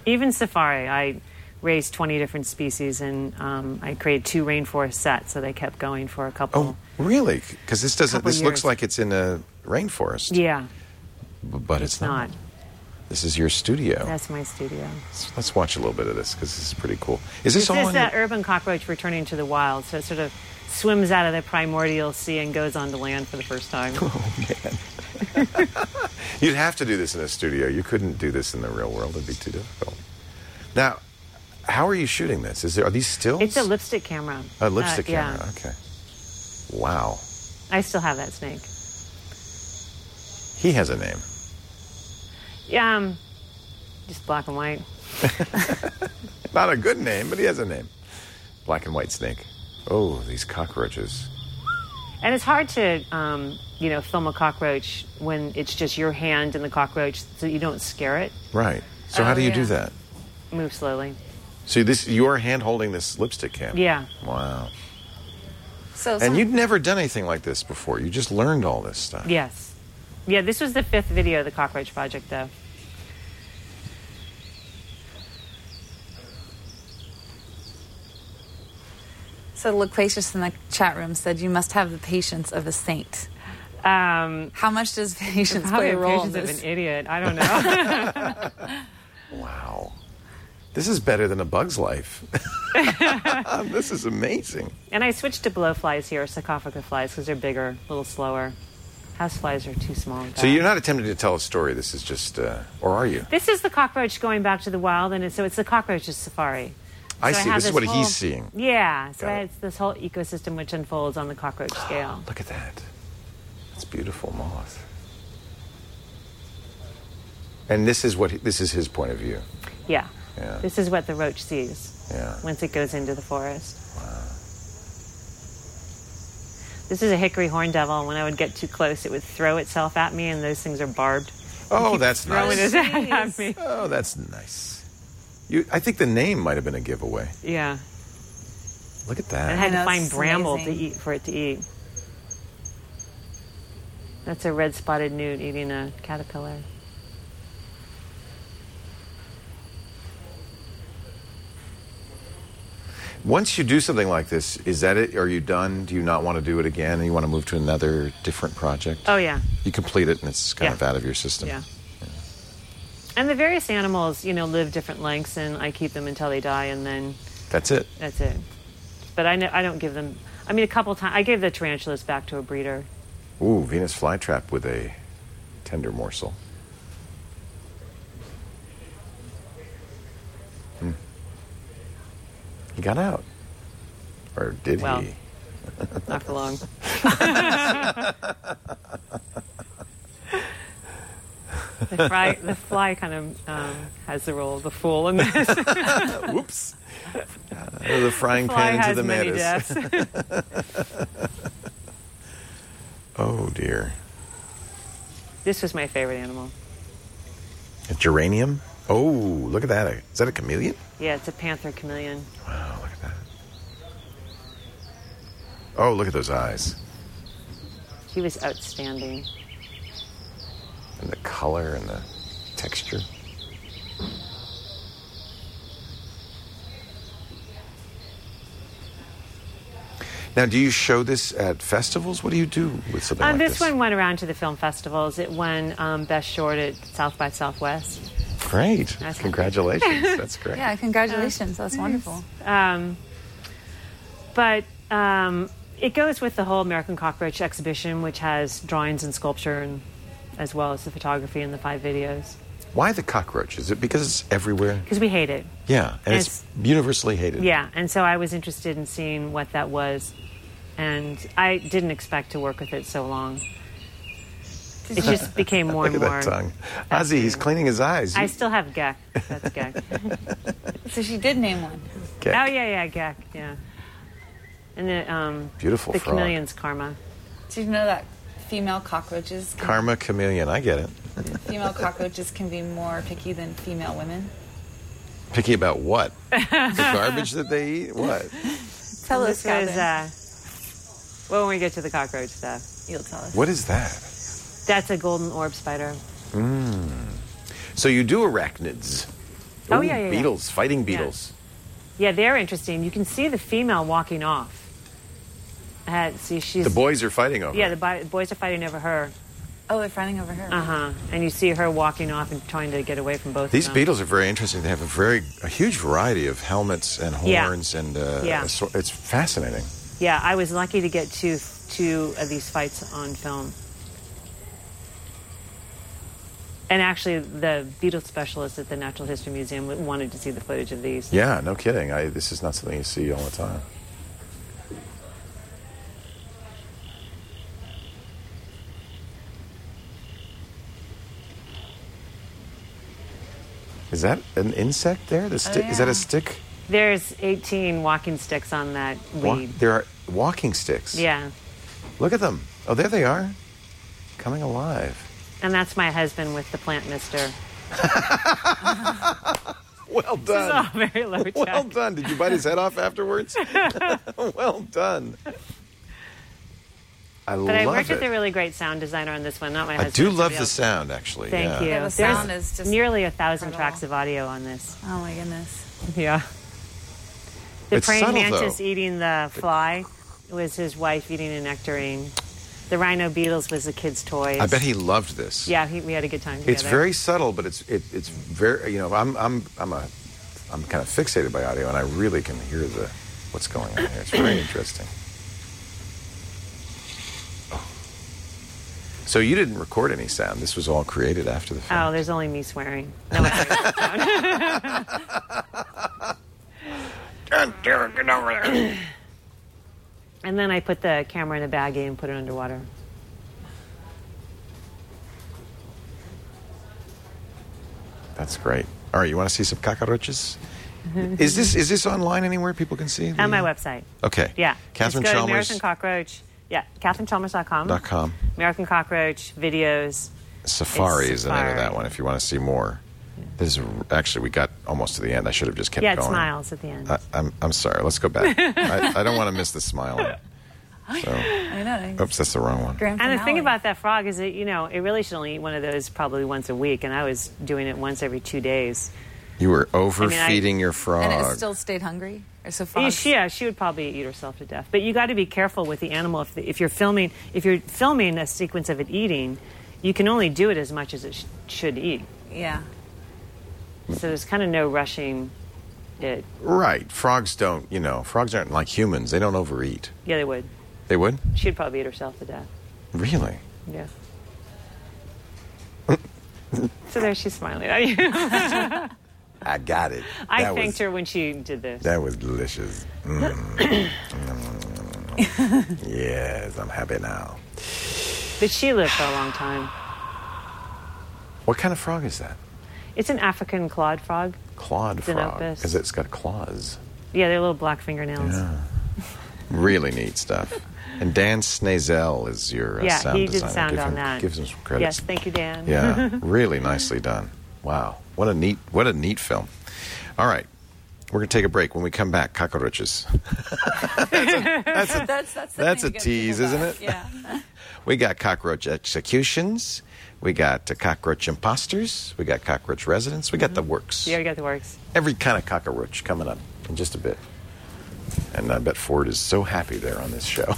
G: Even safari, I raised 20 different species and um, I created two rainforest sets, so they kept going for a
E: Oh,
G: couple.
E: really? Because this doesn't.
G: Couple
E: This looks
G: years.
E: like it's in a rainforest.
G: Yeah,
E: b- but it's,
G: it's not.
E: This is your studio.
G: That's my studio.
E: Let's, let's watch a little bit of this because this is pretty cool. Is this,
G: This
E: all
G: is
E: in-
G: the urban cockroach returning to the wild, so it sort of swims out of the primordial sea and goes onto land for the first time.
E: Oh. You'd have to do this in a studio. You couldn't do this in the real world. It'd be too difficult. Now, how are you shooting this? Is there are these stills?
G: it's a lipstick camera.
E: A lipstick
G: Uh, yeah.
E: camera. Okay. Wow.
G: I still have that snake.
E: He has a name.
G: Yeah, um, just black and white.
E: Not a good name, but he has a name. Black and white snake. Oh, these cockroaches.
G: And it's hard to, um, you know, film a cockroach when it's just your hand and the cockroach, so you don't scare it.
E: Right. So
G: Oh,
E: how do you do that?
G: Move slowly.
E: So this you're hand holding this lipstick can.
G: Yeah.
E: Wow.
F: So
E: And you'd never done anything like this before. You just learned all this stuff.
G: Yes. Yeah, this was the fifth video of the Cockroach Project, though.
F: so loquacious in the chat room said you must have the patience of a saint.
G: Um,
F: How much does patience
G: probably
F: play a role in
G: patience of
F: this?
G: an idiot. I don't know.
E: Wow. This is better than a bug's life. this is amazing.
G: and I switched to blowflies here, sarcophagus flies, because they're bigger, a little slower. Houseflies are too small. and
E: So you're
G: fast.
E: not attempting to tell a story. This is just, uh, or are you?
G: This is the cockroach going back to the wild, and it's, so it's the cockroach's safari.
E: I
G: So
E: see.
G: have
E: This is what
G: whole-
E: he's seeing.
G: Yeah, so
E: Got it.
G: it's this whole ecosystem which unfolds on the cockroach scale.
E: Look at that. It's beautiful moth. And this is what he, this is his point of view.
G: Yeah.
E: Yeah.
G: This is what the roach sees
E: Yeah.
G: once it goes into the forest. This is a hickory horn devil. When I would get too close, it would throw itself at me, and those things are barbed.
E: Oh, that's nice.
G: at me.
E: Oh, that's nice. You, I think the name might have been a giveaway.
G: Yeah.
E: Look at
G: I
E: that.
G: had
F: know,
G: to find
F: it's
G: bramble to
F: amazing.
G: eat for it to eat. That's a red spotted newt eating a caterpillar.
E: Once you do something like this, is that it? Are you done? Do you not want to do it again? And you want to move to another different project?
G: Oh, yeah.
E: You complete it and it's kind
G: Yeah.
E: of out of your system.
G: Yeah. And the various animals, you know, live different lengths, and I keep them until they die, and then
E: That's it.
G: that's it. But I, kn- I don't give them. I mean, a couple times I gave the tarantulas back to a breeder.
E: Ooh, Venus flytrap with a tender morsel. Hmm. He got out. Or did
G: Well.
E: he?
G: Not for long. the, fry, the fly kind of um, has the role of the fool in this.
E: Whoops. Out of Uh, the frying
G: fly
E: pan into
G: has
E: the
G: many
E: mantis.
G: deaths.
E: Oh dear.
G: this was my favorite animal.
E: A geranium? Oh, look at that. Is that a chameleon?
G: Yeah, it's a panther chameleon.
E: Wow, look at that. Oh, look at those eyes.
G: He was outstanding.
E: And the color and the texture. Now, do you show this at festivals? What do you do with something
G: Um,
E: like
G: this
E: this?
G: one went around to the film festivals. It won um, Best Short at South by Southwest.
E: Great.
G: That's-
E: Congratulations. That's great.
F: Yeah, congratulations. That's wonderful.
G: But um, it goes with the whole American Cockroach exhibition, which has drawings and sculpture, and as well as the photography and the five videos.
E: Why the cockroach? Is it because it's everywhere?
G: Because we hate it.
E: Yeah, and it's,
G: It's-
E: universally hated.
G: Yeah, and so I was interested in seeing what that was, and I didn't expect to work with it so long. It just became more
E: Look
G: and
E: at
G: more.
E: that tongue. Ozzy, he's cleaning his eyes.
G: I still have Gek. That's Gek.
F: So she did name one.
E: Okay.
G: Oh yeah, yeah, Gek, yeah. And the um,
E: Beautiful
G: the
E: frog.
G: chameleon's karma.
F: Did you know that female cockroaches,
E: Karma chameleon. I get it.
F: female cockroaches can be more picky than female women?
E: Picky about what? the garbage that they eat? What?
F: Tell us,
G: This was
F: Catherine.
G: uh, well, when we get to the cockroach stuff,
F: You'll tell us.
E: What is that?
G: that's a golden orb spider.
E: So you do arachnids.
G: Oh,
E: Ooh,
G: yeah, yeah, yeah.
E: Beetles, fighting beetles.
G: Yeah, they're interesting. You can see the female walking off. Uh, see, she's
E: The boys are fighting over.
G: Yeah,
E: it.
G: the bi- boys are fighting over her.
F: Oh, they're fighting over her.
G: Uh huh. And you see her walking off and trying to get away from both.
E: These
G: of them.
E: beetles are very interesting. They have a very a huge variety of helmets and
G: Yeah.
E: horns, and uh,
G: Yeah.
E: so- it's fascinating.
G: Yeah, I was lucky to get two two of these fights on film. And actually, the beetle specialist at the Natural History Museum w- wanted to see the footage of these.
E: Yeah, no kidding. I, this is not something you see all the time. Is that an insect there? The sti- Is that
F: yeah.
E: a
G: Uh,
E: stick?
G: There's 18 walking sticks on that
E: Wa-
G: weed.
E: there are walking sticks.
G: Yeah,
E: Look at them. Oh, there they are. Coming alive.
G: and that's my husband with the plant mister.
E: Well done.
G: Oh, very low tech.
E: Well done. Did you bite his head off afterwards? well done. I love
G: but I worked
E: it.
G: with a really great sound designer on this one, not my
E: I
G: husband.
E: do love
G: somebody
E: the
G: else.
E: sound, actually.
G: Thank
E: yeah.
G: you.
F: Yeah, the
G: There's
F: sound is just
G: nearly a thousand
F: incredible.
G: tracks of audio on this.
F: Oh my goodness.
G: Yeah. The
E: It's
G: praying
E: subtle,
G: mantis
E: though.
G: eating the fly was his wife eating a nectarine. The rhino beetles was the kid's toys.
E: I bet he loved this.
G: Yeah, he, we had a good time together.
E: It's very subtle, but it's it, it's very you know I'm I'm I'm a I'm kind of fixated by audio, and I really can hear the what's going on here. It's very interesting. Oh. So you didn't record any sound. This was all created after the fact.
G: Oh, there's only me swearing. No, I Oh. and then I put the camera in a baggie and put it underwater.
E: That's great. All right, you want to see some cockroaches? is this is this online anywhere people can see?
G: On my website.
E: Mm. Okay.
G: Yeah.
E: Catherine
G: Just go
E: Chalmers.
G: to American Cockroach. Yeah, CatherineChalmers.com.
E: Dot com.
G: American Cockroach videos.
E: Safari
G: It's
E: is the name of
G: Safari.
E: that one. If you want to see more, this is actually we got almost to the end. I should have just kept
G: Yeah, it
E: going. Uh,
G: smiles at the end.
E: I, I'm I'm sorry. Let's go back. I, I don't want to miss the smile. So,
F: I know.
E: oops, that's the wrong one.
F: Grand
G: And the thing
F: finale.
G: about that frog is that, you know, it really should only eat one of those probably once a week, and I was doing it once every two days.
E: You were overfeeding your frog.
F: And it still stayed hungry? Or so
G: Yeah,
F: frogs,
G: she- yeah, she would probably eat herself to death. But you got to be careful with the animal. If, the, if you're filming, if you're filming a sequence of it eating, you can only do it as much as it sh- should eat.
F: Yeah.
G: So there's kind of no rushing it.
E: right. Frogs don't, you know, frogs aren't like humans. They don't overeat.
G: Yeah, they would.
E: They would?
G: She'd probably eat herself to death.
E: Really?
G: Yeah. so there she's smiling. at you.
E: I got it.
G: I
E: That was-
G: thanked her when she did this.
E: That was delicious. Mm. Mm. yes, I'm happy now.
G: But she lived for a long time.
E: What kind of frog is that?
G: It's an African clawed frog.
E: Clawed frog.
G: Xenopus.
E: Because it's got claws.
G: Yeah, they're little black fingernails. Yeah,
E: Really neat stuff. And Dan Snazel is your uh, sound
G: he
E: designer.
G: did sound
E: give
G: on
E: him,
G: that.
E: Gives him some credit.
G: Yes, thank you, Dan.
E: Yeah, really nicely done. Wow, what a neat, what a neat film. All right, we're gonna take a break. When we come back, cockroaches.
F: That's, that's, the
E: That's
F: thing
E: a
F: you gotta think
E: tease, isn't
F: about.
E: it?
F: Yeah.
E: We got cockroach executions. We got uh, cockroach imposters. We got cockroach residents. We got the works.
G: Mm-hmm. You already got the works.
E: Every kind of cockroach coming up in just a bit. And I bet Ford is so happy there on this show.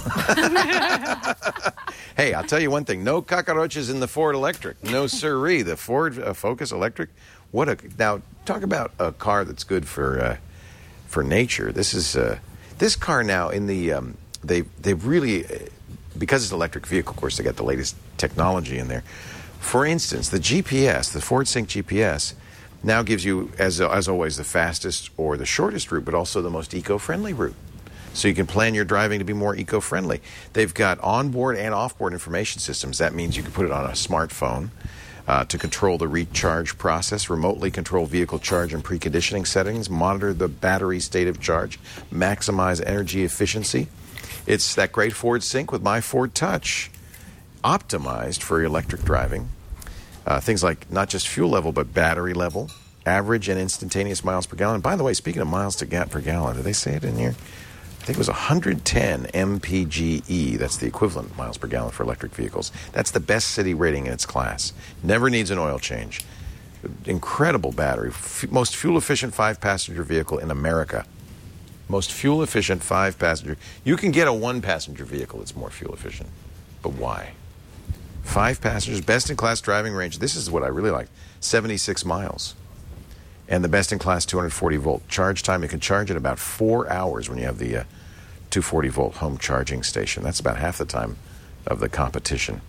E: hey, I'll tell you one thing: no cockroaches in the Ford Electric. No siree. The Ford uh, Focus Electric. What a now talk about a car that's good for uh, for nature. This is uh, this car now in the um, they they really uh, because it's an electric vehicle. Of course, they got the latest technology in there. For instance, the GPS, the Ford Sync GPS. Now gives you, as, as always, the fastest or the shortest route, but also the most eco friendly route so you can plan your driving to be more eco-friendly. They've got onboard and offboard information systems. That means you can put it on a smartphone uh, to control the recharge process, remotely control vehicle charge and preconditioning settings, monitor the battery state of charge, maximize energy efficiency. It's that great Ford Sync with my Ford Touch, optimized for electric driving. Uh, things like not just fuel level, but battery level, average and instantaneous miles per gallon. By the way, speaking of miles to gap per gallon, did they say it in here? I think it was 110 mpge. E, That's the equivalent miles per gallon for electric vehicles. That's the best city rating in its class. Never needs an oil change. Incredible battery. F- most fuel efficient five passenger vehicle in America. Most fuel efficient five passenger. You can get a one passenger vehicle that's more fuel efficient. But why? Five passengers, best in class driving range. This is what I really like 76 miles. And the best in class 240 volt charge time. You can charge in about four hours when you have the uh, 240 volt home charging station. That's about half the time of the competition.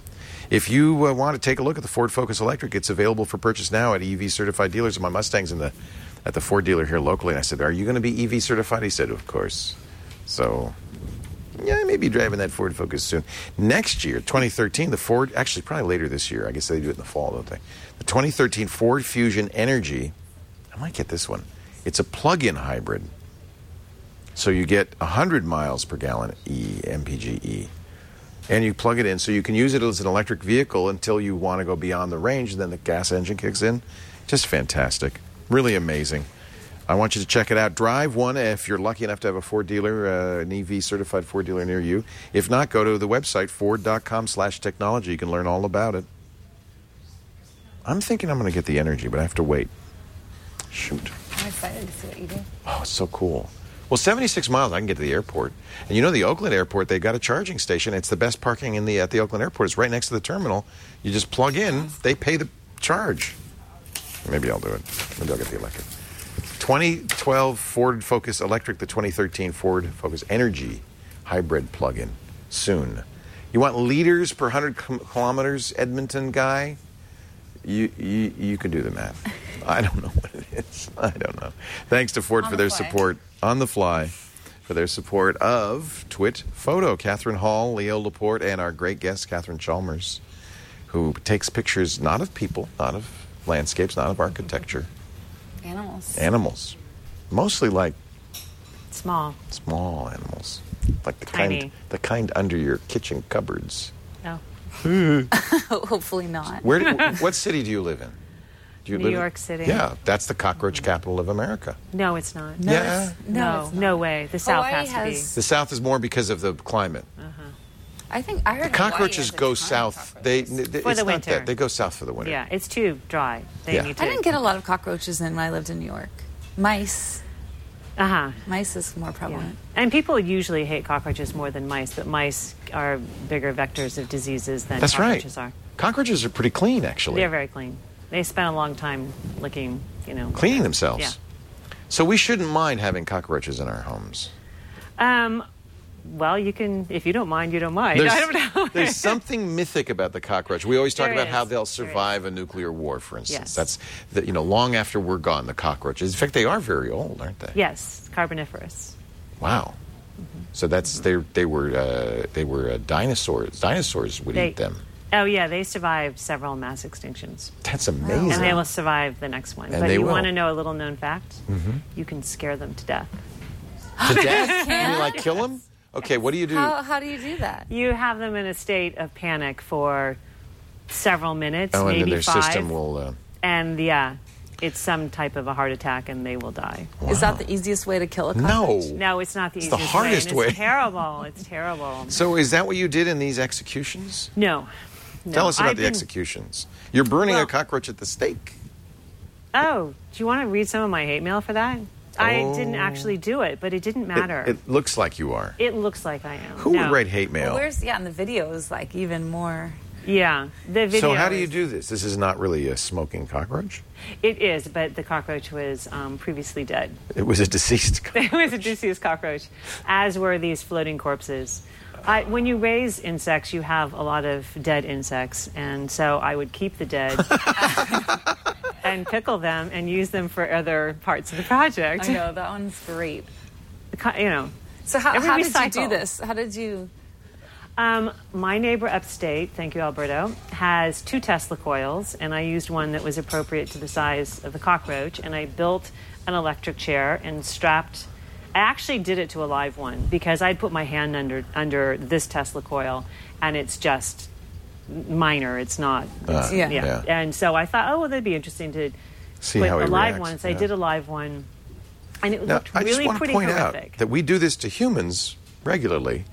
E: If you uh, want to take a look at the Ford Focus Electric, it's available for purchase now at EV certified dealers. My Mustang's in the at the Ford dealer here locally. And I said, Are you going to be EV certified? He said, Of course. So yeah, I may be driving that Ford Focus soon. Next year, 2013, the Ford, actually, probably later this year. I guess they do it in the fall, don't they? The 2013 Ford Fusion Energy, I might get this one. It's a plug in hybrid. So you get 100 miles per gallon E, MPGE. And you plug it in, so you can use it as an electric vehicle until you want to go beyond the range, and then the gas engine kicks in. Just fantastic. Really amazing. I want you to check it out. Drive one if you're lucky enough to have a Ford dealer, uh, an EV certified Ford dealer near you. If not, go to the website ford.com slash technology. You can learn all about it. I'm thinking I'm going to get the energy, but I have to wait. Shoot.
F: I'm excited to see what you do.
E: Oh, it's so cool. Well, 76 miles, I can get to the airport. And you know, the Oakland airport, they've got a charging station. It's the best parking in the at the Oakland airport. It's right next to the terminal. You just plug in, they pay the charge. Maybe I'll do it. Maybe I'll get the electric. 2012 Ford Focus Electric, the 2013 Ford Focus Energy hybrid plug in soon. You want liters per 100 kil- kilometers, Edmonton guy? You, you, you can do the math. I don't know what it is. I don't know. Thanks to Ford
F: On
E: for
F: the
E: their
F: fly.
E: support on the fly, for their support of Twit Photo, Catherine Hall, Leo Laporte, and our great guest, Catherine Chalmers, who takes pictures not of people, not of landscapes, not of architecture,
F: Animals.
E: animals. Mostly like
G: Small.
E: small animals, like the kind
G: Tiny.
E: the kind under your kitchen cupboards.
G: No.
F: Ho- Hopefully not.
E: Where? Do, what city do you live in? Do you
G: New York City.
E: Yeah, that's the cockroach capital of America.
G: No, it's not.
E: yeah,
F: No,
G: No,
F: it's
G: no way. The South
F: Hawaii
G: has to be.
F: has-
G: Oh.
E: the South is more because of the climate.
F: I think I heard Hawaii has
E: Cockroaches
F: a
E: go
F: ton of
E: south. They
F: cockroaches.
E: n- it's
G: For the
E: not
G: winter.
E: That. They go south for the winter.
G: Yeah, it's too dry. They
E: Yeah.
G: need to.
F: I didn't get a lot of cockroaches in when I lived in New York. Mice.
G: Uh huh.
F: Mice is more prevalent.
G: And people usually hate cockroaches more than mice, but mice are bigger vectors of diseases than
E: That's right.
G: cockroaches are.
E: Cockroaches are pretty clean, actually.
G: They're very clean. They spend a long time licking, you know.
E: Cleaning themselves.
G: Yeah.
E: So we shouldn't mind having cockroaches in our homes.
G: Um, well, you can, if you don't mind, you don't mind. I don't know.
E: there's something mythic about the cockroach. We always talk
G: There
E: about how
G: is.
E: they'll
G: There is.
E: survive a nuclear war, for instance.
G: Yes.
E: That's the, you know long after we're gone. The cockroaches. In fact, they are very old, aren't they?
G: yes, carboniferous.
E: Wow.
G: Mm-hmm.
E: So that's they they were uh, they were uh, dinosaurs. Dinosaurs would
G: They-
E: eat them.
G: Oh, yeah, they survived several mass extinctions.
E: That's amazing.
G: Oh, And they will survive the next one.
E: And
G: but
E: they
G: you
E: will. Mm-hmm.
G: want to know a little known fact? You can scare them to death.
E: to death? you like kill them? Okay, what do you do?
F: How, how do you do that?
G: You have them in a state of panic for several minutes,
E: oh, and
G: maybe
E: then their
G: five.
E: system will. Uh,
G: And yeah, it's some type of a heart attack, and they will die.
F: Is that the easiest way to kill a
E: no.
F: cockroach?
G: No, it's not the
E: It's the
G: easiest
E: hardest
G: way. and
E: way.
G: It's terrible. It's terrible.
E: So is that what you did in these executions?
G: No. No.
E: Tell us about
G: I've
E: the
G: been-
E: executions. You're burning a
G: Well-
E: cockroach at the stake.
G: Oh, do you want to read some of my hate mail for that? I didn't actually do it, but it didn't
E: Oh. It-
G: matter.
E: It, looks like you are.
G: It looks like I am.
E: Who
G: No.
E: would write hate
F: Well,
E: mail?
F: where's yeah, and the video is like even more.
G: Yeah, the video.
E: so how do you
G: is-
E: do this? This is not really a smoking cockroach.
G: It is, but the cockroach was um, previously dead.
E: It was a deceased cockroach.
G: It was a deceased cockroach, as were these floating corpses. I, when you raise insects, you have a lot of dead insects, and so I would keep the dead and pickle them and use them for other parts of the project.
F: I know that one's great.
G: Co- You know,
F: So how,
G: Every
F: how did you do
G: recycle.
F: this? How did you?
G: Um, my neighbor upstate, thank you, Alberto, has two Tesla coils, and I used one that was appropriate to the size of the cockroach, and I built an electric chair and strapped. I actually did it to a live one because I'd put my hand under under this Tesla coil, and it's just minor. It's not.
E: Uh,
G: it's-
F: Yeah.
G: yeah. And so I thought, oh well, that'd be interesting to
E: See
G: put
E: how
G: a
E: he
G: live
E: reacts,
G: one. So I
E: yeah.
G: did a live one, and it
E: Now,
G: looked
E: I just
G: really
E: want to
G: pretty
E: point
G: horrific.
E: out that we do this to humans regularly,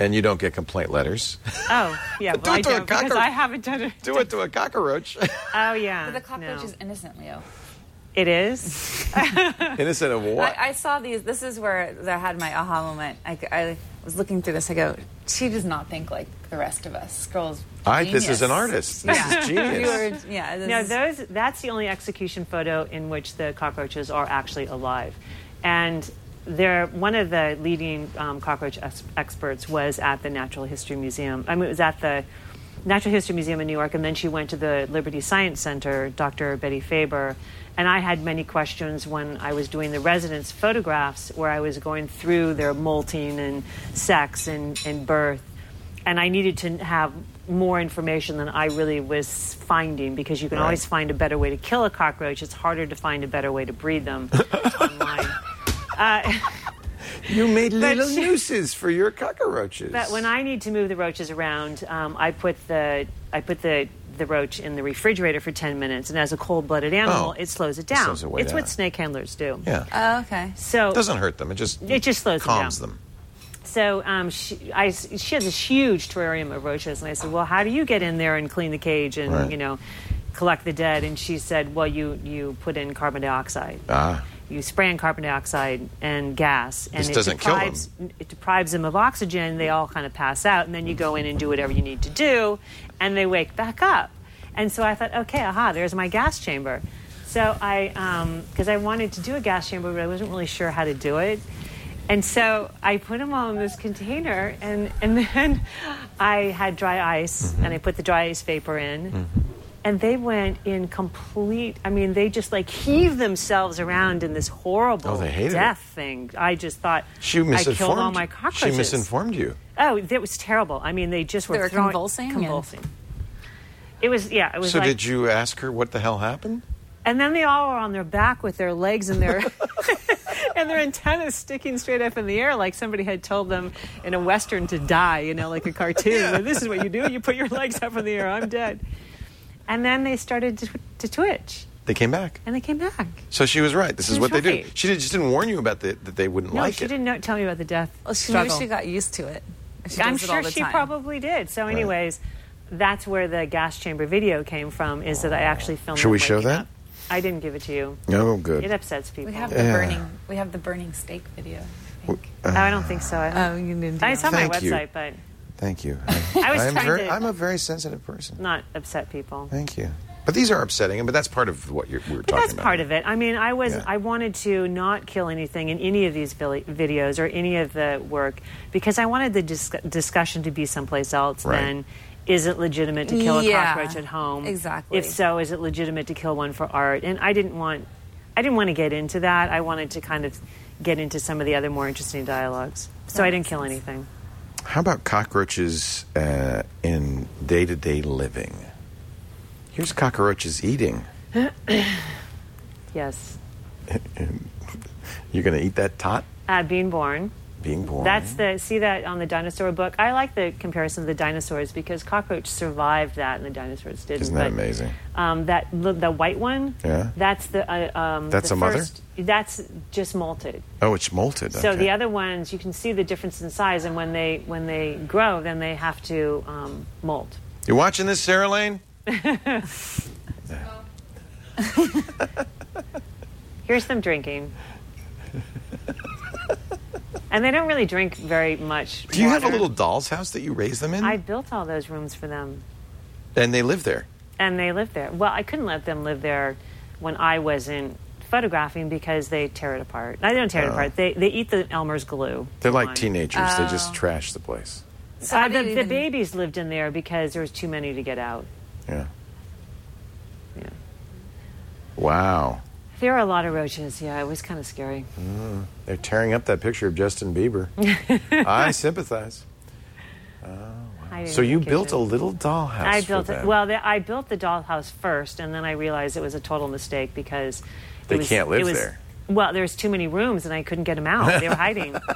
E: and you don't get complaint letters.
G: oh yeah,
E: Do
G: well,
E: it
G: I
E: to a
G: don't because
E: cockroach.
G: I haven't done it.
E: do it to a cockroach.
G: Oh yeah,
F: The cockroach
G: no.
F: is innocent, Leo.
G: It is.
E: Innocent of what?
F: I, I saw these. This is where I had my aha moment. I, I was looking through this. I go, she does not think like the rest of us. Girls,
E: I- this is an artist. This is
F: You
E: genius.
F: were, yeah. This
G: No,
F: is-
G: those. That's the only execution photo in which the cockroaches are actually alive, and they're one of the leading um, cockroach ex- experts was at the Natural History Museum. I mean, it was at the Natural History Museum in New York, and then she went to the Liberty Science Center, Dr. Betty Faber. And I had many questions when I was doing the residents' photographs, where I was going through their molting and sex and, and birth. and I needed to have more information than I really was finding because you can always find a better way to kill a cockroach. It's harder to find a better way to breed them online.
E: you made
G: But
E: little
G: she-
E: nooses for your cockroaches.
G: But when I need to move the roaches around, um, I put the I put the the roach in the refrigerator for ten minutes, and as a cold-blooded animal,
E: Oh.
G: it slows it
E: It
G: down.
E: slows it way
G: it's
E: down.
G: what snake handlers do.
E: yeah,
F: Oh, okay.
G: So
E: it doesn't hurt them. It just
G: It just slows them
E: calms
G: down.
E: them.
G: So um, she, I, she has this huge terrarium of roaches, and I said, "Well, how do you get in there and clean the cage and
E: Right.
G: you know collect the dead?" And she said, "Well, you you put in carbon dioxide.
E: Ah.
G: You spray in carbon dioxide and gas, and
E: This
G: it
E: doesn't kill
G: deprives it deprives them of oxygen. They all kind of pass out, and then you go in and do whatever you need to do, and they wake back up. And so I thought, okay, aha, there's my gas chamber. So I, because I wanted to do a gas chamber, but I wasn't really sure how to do it. And so I put them all in this container, and, and then I had dry ice,
E: Mm-hmm.
G: and I put the dry ice vapor in. And they went in complete. I mean, they just like heaved themselves around in this horrible
E: Oh, they hated it.
G: death thing. I just thought
E: She
G: I
E: misinformed.
G: killed all my cockroaches.
E: She misinformed you.
G: Oh, that was terrible. I mean, they just were,
F: They were
G: throwing-
F: convulsing and-
G: Convulsing. It was yeah. It was
E: So
G: like,
E: did you ask her what the hell happened?
G: and then they all were on their back with their legs and their and their antennas sticking straight up in the air, like somebody had told them in a western to die. You know, like a cartoon. Well, this is what you do: you put your legs up in the air. I'm dead. And then they started to, to twitch,
E: They came back.
G: and they came back.
E: So she was right. This is
G: She
E: what
G: was
E: they do.
G: right.
E: She did, just didn't warn you about the, that they wouldn't
G: No,
E: like
G: she
E: it.
G: didn't know, tell me about the death
F: Well, she, maybe
G: struggle.
F: she got used to it. She
G: I'm
F: does it all
G: sure
F: the
G: she
F: time.
G: probably did. So, anyways, that's where the gas chamber video came from. Is that I actually filmed?
E: Should
G: them
E: we show
G: waking
E: that?
G: up. I didn't give it to you.
E: Oh,
G: It
E: good.
G: upsets people.
F: We have
E: Yeah.
F: the burning. We have the burning steak video. I think.
G: No, I don't think so. I,
F: Oh, you didn't. do
G: I- it's
F: that.
G: on my
E: Thank you.
G: website, but
E: Thank you.
G: I was
E: I'm,
G: trying
E: very,
G: to
E: I'm a very sensitive person.
G: not upset people.
E: Thank you. But these are upsetting, but that's part of what you're, we were
G: But
E: talking
G: that's
E: about.
G: part of it. I mean, I was
E: Yeah.
G: I wanted to not kill anything in any of these vil- videos or any of the work because I wanted the dis- discussion to be someplace else
E: Right.
G: than is it legitimate to kill
F: Yeah,
G: a cockroach at home?
F: exactly.
G: If so, is it legitimate to kill one for art? And I didn't want I didn't want to get into that. I wanted to kind of get into some of the other more interesting dialogues. So I didn't kill anything.
E: How about cockroaches uh, in day to day living? Here's cockroaches eating.
G: Yes.
E: You're going to eat that tot
G: Uh, being born.
E: being born.
G: That's the see that on the dinosaur book. I like the comparison of the dinosaurs because cockroach survived that and the dinosaurs didn't.
E: Isn't that
G: but,
E: amazing?
G: Um, that l- the white one.
E: Yeah.
G: That's the. Uh, um,
E: That's
G: the
E: a mother?
G: first- That's just molted.
E: Oh, it's molted.
G: So
E: okay.
G: the other ones, you can see the difference in size, and when they when they grow, then they have to um, molt.
E: You're watching this, Sarah Lane?
G: Here's them drinking. and they don't really drink very much.
E: Do you have a
G: water.
E: little doll's house that you raise them in?
G: I built all those rooms for them.
E: And they live there.
G: and they live there. Well, I couldn't let them live there when I wasn't photographing because they tear it apart. I don't tear it apart. They they eat the Elmer's glue.
E: Oh. They're like
G: Come on. Oh.
E: teenagers. They just trash the place.
F: So
G: Uh,
F: how do
G: the,
F: you
G: the
F: even-
G: babies lived in there because there was too many to get out.
E: Yeah.
G: Yeah.
E: Wow.
G: There are a lot of roaches. Yeah, it was kind of scary.
E: They're tearing up that picture of Justin Bieber. I sympathize.
G: I
E: So
G: didn't
E: you
G: think it
E: built a
G: was-
E: little dollhouse.
G: I
E: for
G: built it.
E: them.
G: Well, the, I built the dollhouse first, and then I realized it was a total mistake because it
E: They
G: was-
E: can't live
G: it was-
E: there.
G: Well, there's too many rooms, and I couldn't get them out. They were hiding.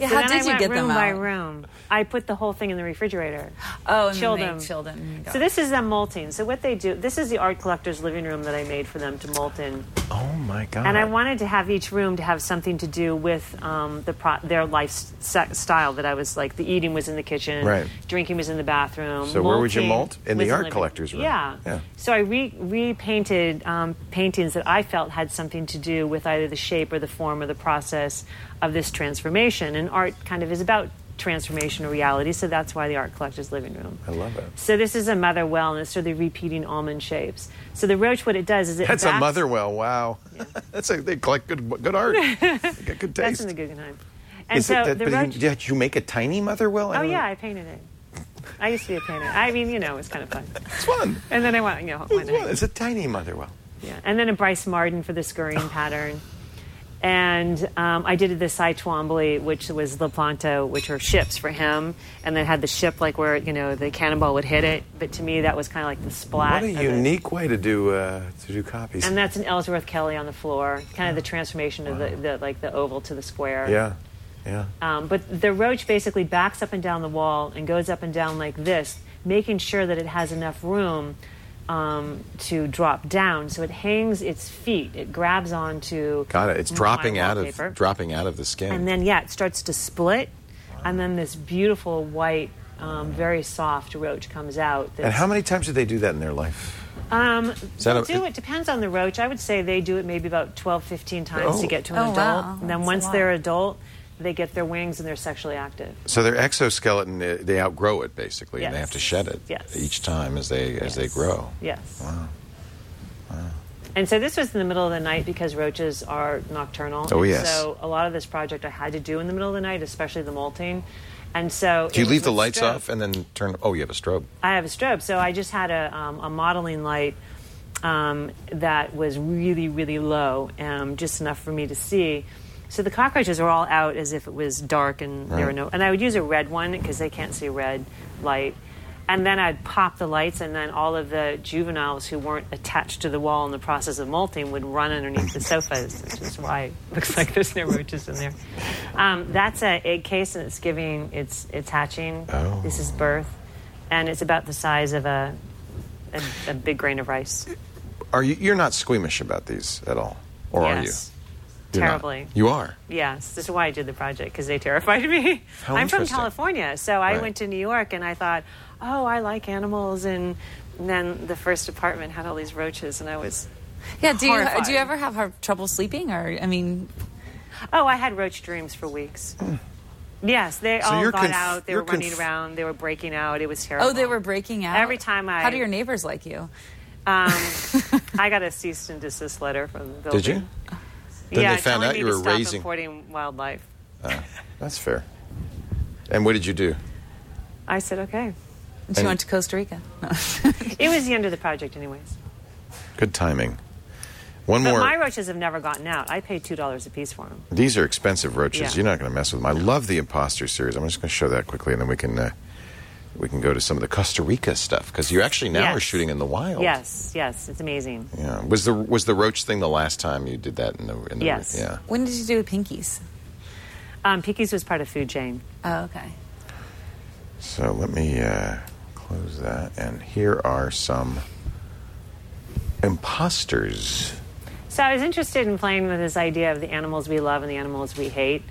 F: Yeah,
G: So
F: how
G: then
F: did
G: I
F: you
G: went
F: get
G: room
F: them out?
G: by room. I put the whole thing in the refrigerator.
F: Oh, and
G: Chilled
F: then they
G: them.
F: chilled them.
G: So this is them molting. So what they do, this is the art collector's living room that I made for them to molt in,
E: oh my God.
G: and I wanted to have each room to have something to do with um, the pro- their life se- style. That I was like, the eating was in the kitchen,
E: Right.
G: Drinking was in the bathroom.
E: So where would you
G: molting
E: molt? In the
G: was
E: art
G: living-
E: collector's room.
G: Yeah.
E: Yeah.
G: So I re- repainted um, paintings that I felt had something to do with either the shape or the form or the process of this transformation. And art kind of is about transformation or reality, so that's why the art collector's living room.
E: I love it.
G: So this is a mother well, and it's sort of repeating almond shapes. So the roach, what it does is it
E: That's a
G: backs-
E: Motherwell. Wow. That's a, they collect good good art. they got good taste.
G: That's in the Guggenheim. And
E: Is
G: so
E: it that,
G: the
E: but you-
G: roach.
E: yeah, you make a tiny Motherwell? I
G: oh
E: don't-
G: yeah, I painted it. I used to be a painter. I mean, you know, it's kind of fun.
E: It's fun.
G: And then I went, you know,
E: It's,
G: went
E: fun. It's a tiny Motherwell.
G: yeah. and then a Bryce Marden for the scurrying pattern. And um, I did the Cy Twombly, which was Lepanto, which were ships for him, and then had the ship like where you know the cannonball would hit it. But to me, that was kind of like the splat.
E: What a
G: of it.
E: unique way to do uh, to do copies.
G: And that's an Ellsworth Kelly on the floor, kind of the transformation of the, the like the oval to the square.
E: yeah, yeah.
G: Um, but the roach basically backs up and down the wall and goes up and down like this, making sure that it has enough room um, to drop down. So it hangs its feet. It grabs onto.
E: Got it. It's
G: my
E: dropping out of
G: wallpaper.
E: dropping out of the skin.
G: And then yeah, it starts to split, and then this beautiful white, um, very soft roach comes out.
E: and
G: that's-
E: how many times did they do that in their life?
G: um,
E: that
G: they'll
E: a-
G: do it depends on the roach. I would say they do it maybe about 12, 15 times
E: Oh.
G: to get to an
F: Oh,
G: adult.
F: wow.
G: And then
F: That's a
G: once
F: lot.
G: they're adult, they get their wings and they're sexually active.
E: So their exoskeleton uh, they outgrow it basically, and they
G: Yes.
E: have to shed it
G: Yes.
E: each time as they as they
G: Yes.
E: grow.
G: Yes. Wow. Wow. And so this was in the middle of the night because roaches are nocturnal.
E: Oh,
G: And
E: yes.
G: So a lot of this project I had to do in the middle of the night, especially the molting. And so
E: Do you
G: it
E: leave
G: was
E: the
G: with
E: lights
G: strobe.
E: off and then turn? Oh, you have a strobe.
G: I have a strobe, so I just had a, um, a modeling light um, that was really, really low, um, just enough for me to see. So the cockroaches were all out as if it was dark and there were
E: Right.
G: no. And I would use a red one because they can't see red light. And then I'd pop the lights, and then all of the juveniles who weren't attached to the wall in the process of molting would run underneath the sofas, which is why it looks like there's no roaches in there. Um, that's a egg case, and it's giving, it's it's hatching.
E: Oh.
G: This is birth, and it's about the size of a a, a big grain of rice.
E: Are you? You're not squeamish about these at all, or
G: yes.
E: are You're not.
G: terribly.
E: You are.
G: Yes, this is why I did the project because they terrified me.
E: How
G: I'm from
E: interesting.
G: California, so I
E: Right.
G: went to New York and I thought, oh, I like animals, and then the first apartment had all these roaches, and I was,
F: Yeah. Do you do
G: Horrifying.
F: you ever have hard, trouble sleeping? Or I mean,
G: oh, I had roach dreams for weeks. Yes, they
E: Hmm. So
G: all
E: you're
G: got
E: conf-
G: out. They
E: you're
G: were running
E: conf-
G: around. They were breaking out. It was terrible.
F: oh, they were breaking out
G: Every time I-
F: How do your neighbors like you?
G: Um, I got a cease and desist letter from the building.
E: Did you? Then
G: yeah,
E: they found
G: telling
E: out
G: me
E: you
G: to
E: were
G: stop
E: raising-
G: importing wildlife.
E: That's fair. And what did you do?
G: I said okay.
F: She
E: And-
F: went to Costa Rica. No.
G: It was the end of the project, anyways.
E: Good timing. One
G: But
E: more.
G: my roaches have never gotten out. I paid two dollars a piece for them.
E: These are expensive roaches.
G: Yeah.
E: You're not going to mess with them. I love the imposter series. I'm just going to show that quickly, and then we can uh, we can go to some of the Costa Rica stuff because you actually now
G: Yes.
E: are shooting in the wild.
G: Yes, yes, it's amazing.
E: Yeah. Was the was the roach thing the last time you did that in the? In the
G: Yes.
E: Yeah.
F: When did you do pinkies?
G: Um, Peaky's was part of Food Chain.
F: Oh, okay.
E: So let me uh, close that, and here are some imposters.
G: So I was interested in playing with this idea of the animals we love and the animals we hate.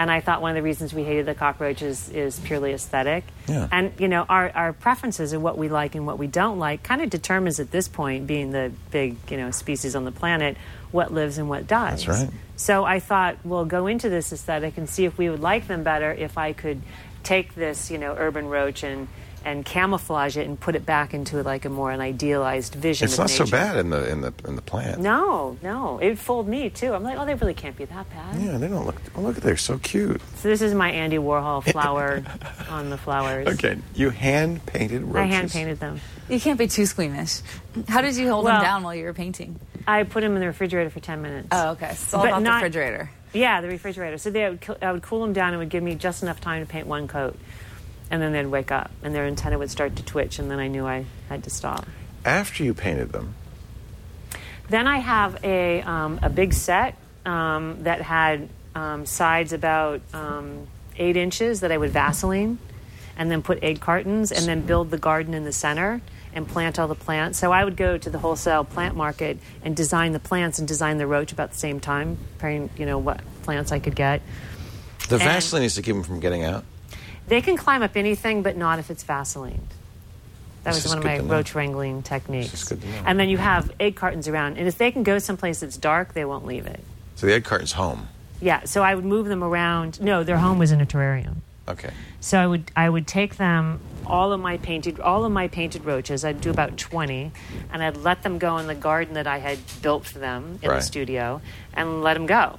G: And I thought one of the reasons we hated the cockroaches is purely aesthetic.
E: Yeah.
G: And, you know, our, our preferences and what we like and what we don't like kind of determines at this point, being the big, you know, species on the planet, what lives and what dies.
E: That's right.
G: So I thought, we'll go into this aesthetic and see if we would like them better if I could take this, you know, urban roach and, and camouflage it and put it back into like a more an idealized vision.
E: It's
G: of
E: not so
G: nature.
E: bad in the in the in the plant.
G: No, no. It fooled me too. I'm like, oh, they really can't be that bad.
E: Yeah, they don't look. Oh, look, they're so cute.
G: So this is my Andy Warhol flower on the flowers.
E: Okay, you hand painted roaches.
G: I hand painted them.
F: You can't be too squeamish. How did you hold
G: Well-
F: them down while you were painting?
G: I put them in the refrigerator for 10 minutes.
F: Oh, okay. So it's all
G: But
F: about
G: not-
F: the refrigerator.
G: Yeah, the refrigerator. So they would, co- I would cool them down. It would give me just enough time to paint one coat. And then they'd wake up and their antenna would start to twitch. And then I knew I had to stop.
E: After you painted them,
G: Then I have a, um, a big set um, that had um, sides about um, eight inches that I would Vaseline and then put egg cartons and then build the garden in the center and plant all the plants. So I would go to the wholesale plant market and design the plants and design the roach about the same time, praying, you know, what plants I could get.
E: the Vaseline is to keep them from getting out.
G: They can climb up anything, but not if it's Vaseline. That
E: This
G: was
E: is
G: one of
E: good
G: my
E: to know.
G: roach wrangling techniques.
E: This is good to know.
G: And then you have egg cartons around, and if they can go someplace that's dark, they won't leave it.
E: So the egg carton's home.
G: Yeah, so I would move them around. No, their home was in a terrarium.
E: Okay.
G: So I would I would take them all of my painted all of my painted roaches. I'd do about 20 and I'd let them go in the garden that I had built for them in
E: Right.
G: the studio and let them go.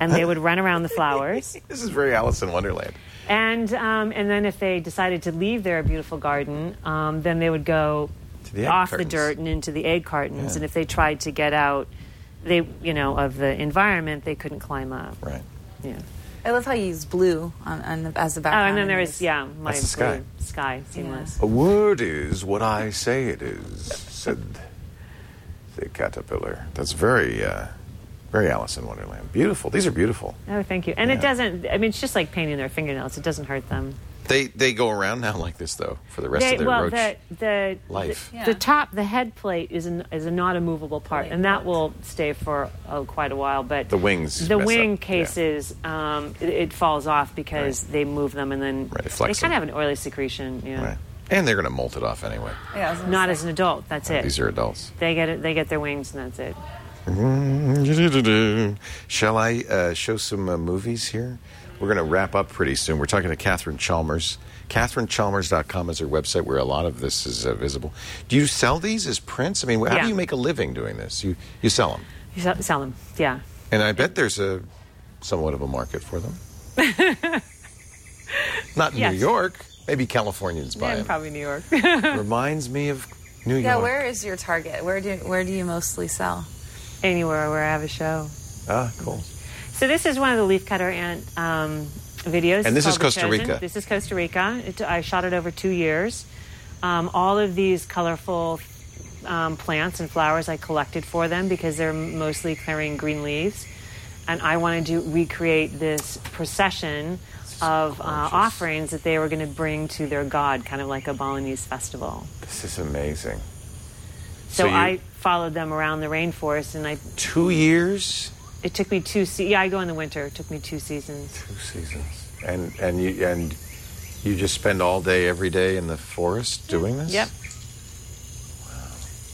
G: And they would run around the flowers.
E: This is very Alice in Wonderland.
G: And um, and then if they decided to leave their beautiful garden, um, then they would go
E: the egg
G: off
E: cartons.
G: the dirt and into the egg cartons.
E: Yeah.
G: And if they tried to get out, they you know of the environment, they couldn't climb up.
E: Right.
G: Yeah.
F: I love how you use blue on, on the, as the
G: Oh,
F: background.
G: and then
F: in
G: there
F: yours.
G: was yeah, my
E: That's the sky.
G: blue sky seamless.
E: A word is what I say it is, said the caterpillar. That's very, uh, very Alice in Wonderland. Beautiful. These are beautiful.
G: Oh, thank you. And
E: Yeah.
G: it doesn't. I mean, it's just like painting their fingernails. It doesn't hurt them.
E: They they go around now like this though for the rest
G: They-
E: of their
G: well,
E: roach.
G: the the
E: life.
G: the,
F: Yeah.
G: the top, the head plate is an, is a not a movable part,
F: Right.
G: and that will stay for oh, quite a while. But
E: The wings
G: the
E: mess
G: wing
E: up. Yeah.
G: cases, um, it, it falls off because
E: Right.
G: they move them, and then
E: Right, it
G: they
E: flex
G: kind
E: them.
G: of have an oily secretion. You know.
E: Right. And they're going to molt it off anyway.
F: Yeah, I was gonna
G: Not
F: say.
G: as an adult. That's it.
E: These are adults.
G: They get it. They get their wings, and that's it.
E: Shall I uh, show some uh, movies here? We're going to wrap up pretty soon. We're talking to Catherine Chalmers. CatherineChalmers.com is her website where a lot of this is uh, visible. Do you sell these as prints? I mean, how
G: Yeah.
E: do you make a living doing this? You, you sell them.
G: You sell, sell them. Yeah.
E: And I bet there's a somewhat of a market for them. Not in
G: Yes.
E: New York. Maybe Californians buy
G: Yeah,
E: them.
G: probably New York.
E: Reminds me of New
F: Yeah,
E: York.
F: where is your target? Where do where do you mostly sell?
G: Anywhere where I have a show.
E: Ah, cool.
G: So this is one of the leaf cutter ant um, videos.
E: And this
G: It's
E: is
G: called
E: Costa
G: The Chosen.
E: Rica.
G: This is Costa Rica. It, I shot it over two years. Um, all of these colorful um, plants and flowers I collected for them because they're mostly carrying green leaves, and I wanted to recreate this procession of uh, offerings that they were going to bring to their god, kind of like a Balinese festival.
E: This is amazing. So
G: So,
E: you-
G: I followed them around the rainforest, and I
E: Two years?
G: It took me two. Se- yeah, I go in the winter. It took me two seasons.
E: Two seasons. And and you and you just spend all day every day in the forest doing this?
G: Yep.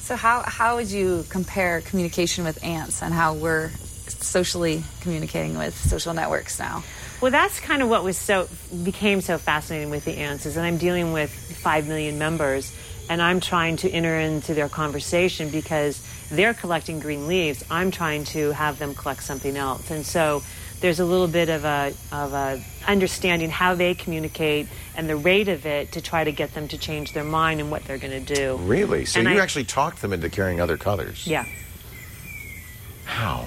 F: So how how would you compare communication with ants and how we're socially communicating with social networks now?
G: Well, that's kind of what was so became so fascinating with the ants is, and I'm dealing with five million members, and I'm trying to enter into their conversation because they're collecting green leaves. I'm trying to have them collect something else, and so there's a little bit of a of a understanding how they communicate and the rate of it to try to get them to change their mind and what they're going to do.
E: Really? So
G: And
E: you
G: I-
E: actually talked them into carrying other colors?
G: yeah.
E: How?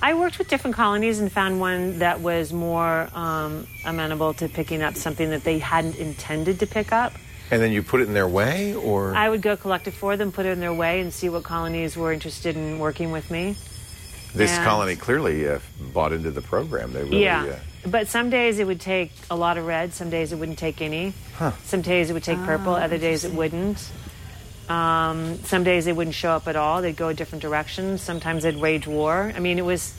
G: I worked with different colonies and found one that was more um, amenable to picking up something that they hadn't intended to pick up.
E: And then you put it in their way, or
G: I would go collect it for them, put it in their way, and see what colonies were interested in working with me.
E: this
G: Yeah.
E: colony clearly uh, bought into the program. They really.
G: yeah.
E: Uh,
G: But some days it would take a lot of red, some days it wouldn't take any. Some days it would take purple, other days it wouldn't. Um, some days they wouldn't show up at all. They'd go a different direction. Sometimes they'd wage war. I mean, it was,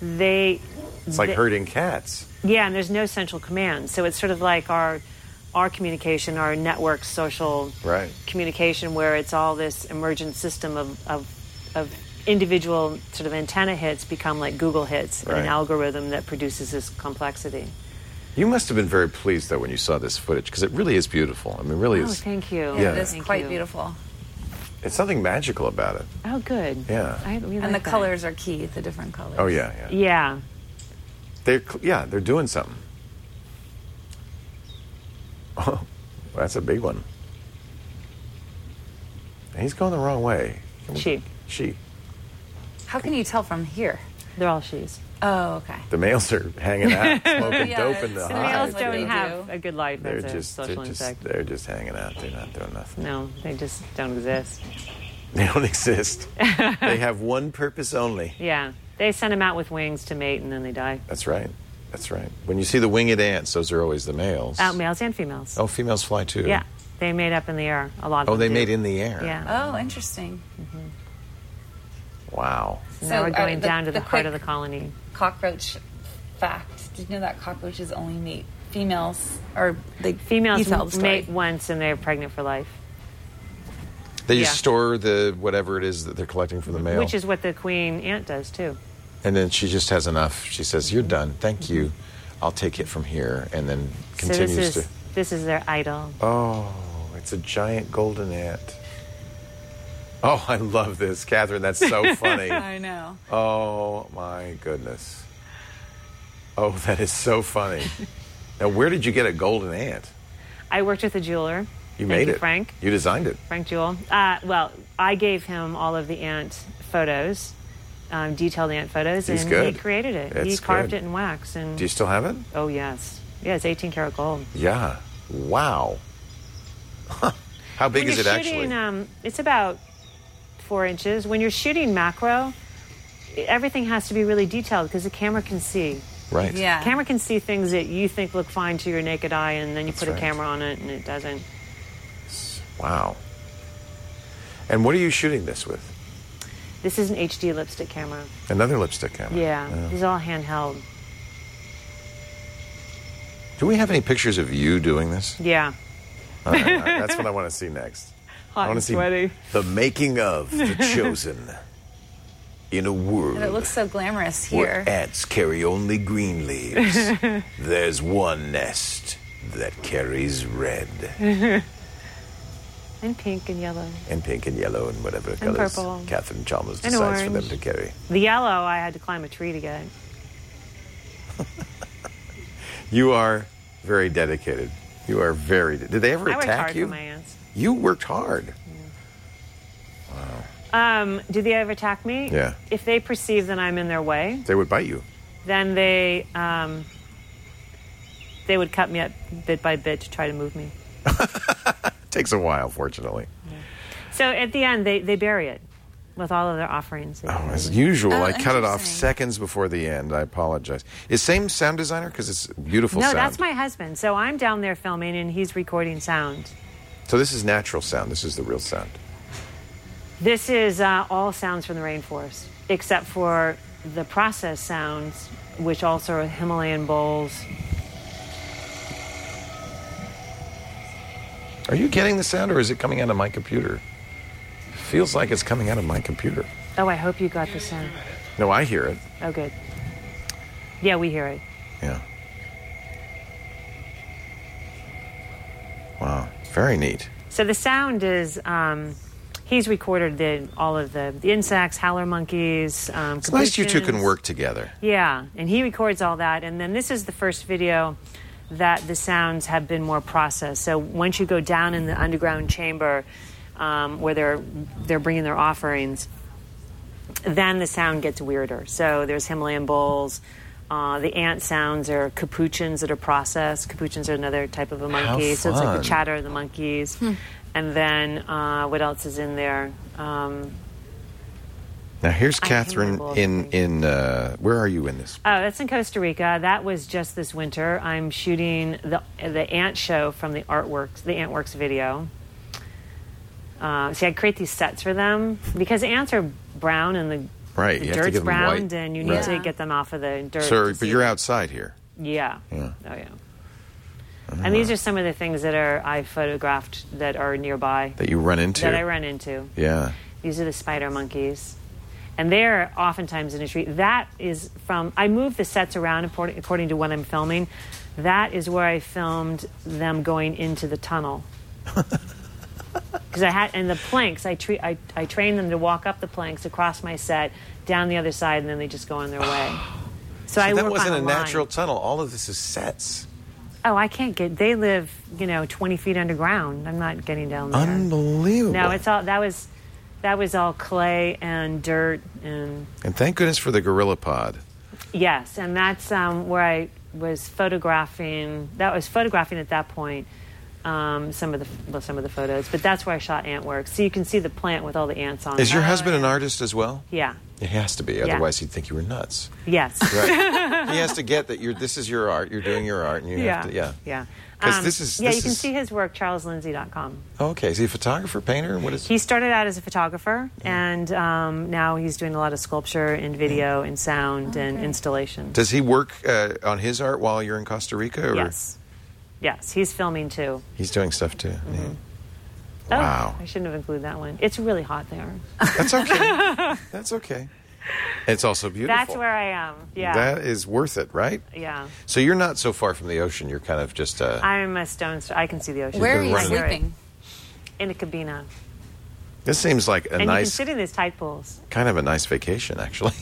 G: they,
E: it's like
G: They-
E: herding cats.
G: Yeah, and there's no central command, so it's sort of like our our communication, our network social
E: Right.
G: communication, where it's all this emergent system of of, of individual sort of antenna hits become like Google hits and
E: Right.
G: an algorithm that produces this complexity.
E: You must have been very pleased though when you saw this footage because it really is beautiful. I mean, it really
G: Oh,
E: is.
G: thank you.
E: Yeah.
F: It is
G: Thank
F: quite
G: you.
F: beautiful.
E: It's something magical about it.
G: Oh, good.
E: Yeah.
G: I really
F: And the
G: like that.
F: colors are key, the different colors.
E: Oh yeah, yeah.
G: Yeah.
E: They're cl- yeah, they're doing something. Oh, that's a big one. He's going the wrong way.
G: She.
E: She.
F: How can you tell from here?
G: They're all she's.
F: Oh, okay.
E: The males are hanging out, smoking
F: Yeah,
E: dope in the
F: it's- The Hi.
G: The
E: hive.
G: males
F: males don't
G: don't
F: They
G: have
F: have
G: a good life
E: They're
G: as a
E: just, they're
G: social
E: just,
G: insect.
E: they're just hanging out. They're not doing nothing.
G: No, they just don't exist.
E: They don't exist. they have one purpose only.
G: Yeah. They send them out with wings to mate and then they die.
E: That's right. That's right. When you see the winged ants, those are always the males.
G: Out Uh, males and females.
E: Oh, females fly too.
G: Yeah, they made up in the air. A lot. Of
E: Oh,
G: them
E: they
G: do.
E: made in the air.
G: Yeah.
F: Oh, interesting.
E: Wow.
G: So now
F: all
G: we're
F: right,
G: going down to the, heart
F: uh, quick
G: of the colony.
F: cockroach fact. Did you know that cockroaches only mate females or they You
G: Females
F: tell the story.
G: mate once and they're pregnant for life,
E: They just
G: Yeah.
E: store the whatever it is that they're collecting from the male.
G: which is what the queen ant does too.
E: and then she just has enough. She says, "You're done. Thank you. I'll take it from here." And then continues
G: so this is
E: to.
G: this is their idol.
E: Oh, it's a giant golden ant. Oh, I love this, Catherine. That's so funny.
F: I know.
E: Oh my goodness. Oh, that is so funny. now, where did you get a golden ant?
G: I worked with a jeweler.
E: You
G: Thank
E: made
G: you,
E: it,
G: Frank.
E: You designed it.
G: Frank Jewell. Uh, well, I gave him all of the ant photos, um, detailed ant photos,
E: He's
G: and
E: good.
G: he created it. he
E: It's
G: carved
E: good.
G: it in wax, and
E: Do you still have it?
G: oh yes, yeah, it's 18 karat gold.
E: Yeah. Wow. How big
G: when
E: is it
G: you're shooting,
E: actually?
G: Um, it's about four inches. When you're shooting macro, i- everything has to be really detailed because the camera can see.
E: right.
F: Yeah.
G: Camera can see things that you think look fine to your naked eye, and then you put
E: right.
G: a camera on it and it doesn't.
E: Wow. And what are you shooting this with?
G: This is an HD lipstick camera.
E: Another lipstick camera.
G: Yeah, this is all handheld.
E: Do we have any pictures of you doing this?
G: Yeah,
E: All right, all right, that's what I want to see next. I want
G: Hot
E: to
G: and
E: see
G: sweaty.
E: the making of the chosen in a world.
F: But it looks so glamorous
E: where
F: here.
E: ants carry only green leaves. There's one nest that carries red
G: and pink and yellow.
E: and pink and yellow and whatever colors
G: purple.
E: Catherine Chalmers
G: And
E: decides for them
G: orange.
E: to carry.
G: The yellow, I had to climb a tree to get.
E: You are very dedicated. You are very. De- Did they ever
G: I worked
E: attack
G: hard
E: you?
G: for my ants.
E: You worked hard.
G: Um, do they ever attack me?
E: Yeah.
G: If they perceive that I'm in their way,
E: They would bite you.
G: then they um, they would cut me up bit by bit to try to move me.
E: takes a while, fortunately.
G: So at the end, they, they bury it with all of their offerings.
E: Oh, as usual,
F: Oh,
E: I cut it off
F: interesting.
E: seconds before the end. I apologize. Is same sound designer because it's beautiful.
G: no,
E: sound.
G: that's my husband. So I'm down there filming, and he's recording sound.
E: So this is natural sound. This is the real sound.
G: This is uh, all sounds from the rainforest, except for the processed sounds, which also are Himalayan bowls.
E: Are you getting the sound or is it coming out of my computer? Feels like it's coming out of my computer.
G: Oh, I hope you got the sound.
E: No, I hear it.
G: Oh, good. Yeah, we hear it.
E: Yeah. Wow. Very neat.
G: So the sound is. Um, He's recorded the, all of the, the insects, howler monkeys. Um,
E: It's nice you two can
G: capuchins.
E: work together.
G: Yeah, and he records all that. And then this is the first video that the sounds have been more processed. So once you go down in the underground chamber um, where they're they're bringing their offerings, then the sound gets weirder. So there's Himalayan bulls. Uh, the ant sounds are capuchins that are processed. Capuchins are another type of a monkey, so it's like
E: fun.
G: the chatter of the monkeys. And then uh, what else is in there? Um,
E: Now here's
G: I
E: Catherine
G: remember all
E: in
G: the
E: in uh, where are you in this?
G: Oh, that's in Costa Rica. That was just this winter. I'm shooting the the ant show from the artworks, the Antworks video. Uh, see, I create these sets for them because ants are brown and the,
E: Right,
G: the
E: you have to
G: dirt's
E: give them
G: brown,
E: white.
G: and you need
E: Right.
G: to get them off of the dirt.
E: Sir,
G: to
E: but
G: see
E: you're
G: them.
E: outside here.
G: Yeah. Oh yeah.
E: Uh-huh.
G: And these are some of the things that are I photographed that are nearby
E: That you run into.
G: that I run into.
E: Yeah.
G: These are the spider monkeys. And they're oftentimes in a tree. That is from, I move the sets around according, according to when I'm filming. That is where I filmed them going into the tunnel. Because I had, and the planks, I, tre- I, I train them to walk up the planks, across my set, down the other side, and then they just go on their way. So I
E: So that
G: work
E: wasn't
G: on
E: a
G: line.
E: natural tunnel. All of this is sets.
G: Oh, I can't get, they live, you know, 20 feet underground. I'm not getting down there.
E: Unbelievable.
G: No, it's all that was that was all clay and dirt and
E: And thank goodness for the gorilla pod.
G: yes, and that's um, where I was photographing. That was photographing at that point. Um, some of the well, some of the photos, but that's where I shot ant work. So you can see the plant with all the ants on.
E: Is
G: it.
E: your husband an artist as well?
G: Uh, Yeah.
E: He has to be, otherwise he'd think you were nuts.
G: Yes.
E: Right. he has to get that you're this is your art, you're doing your art and you
G: Yeah.
E: have to yeah.
G: Yeah. Um,
E: 'Cause this is-
G: yeah,
E: this
G: you can
E: is-
G: see his work, charleslindsay.com.
E: Okay, is he a photographer, painter? What is
G: He started out as a photographer,
E: Mm-hmm.
G: and um, now he's doing a lot of sculpture and video and sound and installation.
E: Does he work uh, on his art while you're in Costa Rica or
G: Yes. Yes, he's filming too.
E: he's doing stuff too? Yeah.
G: Mm-hmm. Oh,
E: Wow.
G: I shouldn't have included that one. It's really hot there.
E: That's okay. That's okay. It's also beautiful.
G: That's where I am. Yeah.
E: That is worth it, right?
G: yeah.
E: So you're not so far from the ocean. You're kind of just uh,
G: I'm a stone. St- I can see the ocean.
F: Where are
E: been
F: you
E: running.
F: sleeping?
G: In a cabina.
E: This seems like a
G: and you can
E: nice,
G: sit in these tide pools.
E: kind of a nice vacation, actually.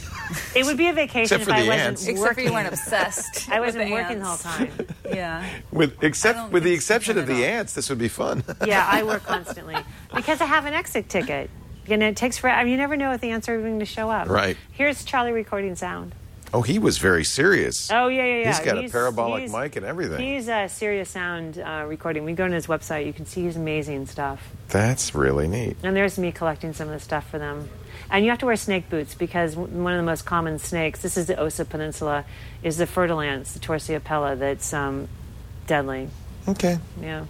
G: It would be a vacation
E: Except
G: if
E: for
G: I
E: the
G: wasn't
E: ants.
G: working.
F: Except for you weren't obsessed.
G: I
F: with
G: wasn't working the whole
F: ants.
G: time.
F: Yeah.
E: with
F: I
E: except
F: don't
E: with the
F: think so
E: exception of
F: at
E: the
F: all.
E: ants, this would be fun.
G: Yeah, I work constantly because I have an exit ticket. You know, it takes forever. you never know if the ants are even going to show up.
E: Right.
G: Here's Charlie recording sound.
E: oh, he was very serious.
G: Oh yeah, yeah, yeah.
E: He's got a parabolic mic and everything.
G: He's a serious sound uh, recording. We go on his website. You can see his amazing stuff.
E: That's really neat.
G: And there's me collecting some of the stuff for them. And you have to wear snake boots because w- one of the most common snakes, this is the Osa Peninsula, is the fertile ants, the Torsiopela, that's um, deadly.
E: Okay.
G: Yeah.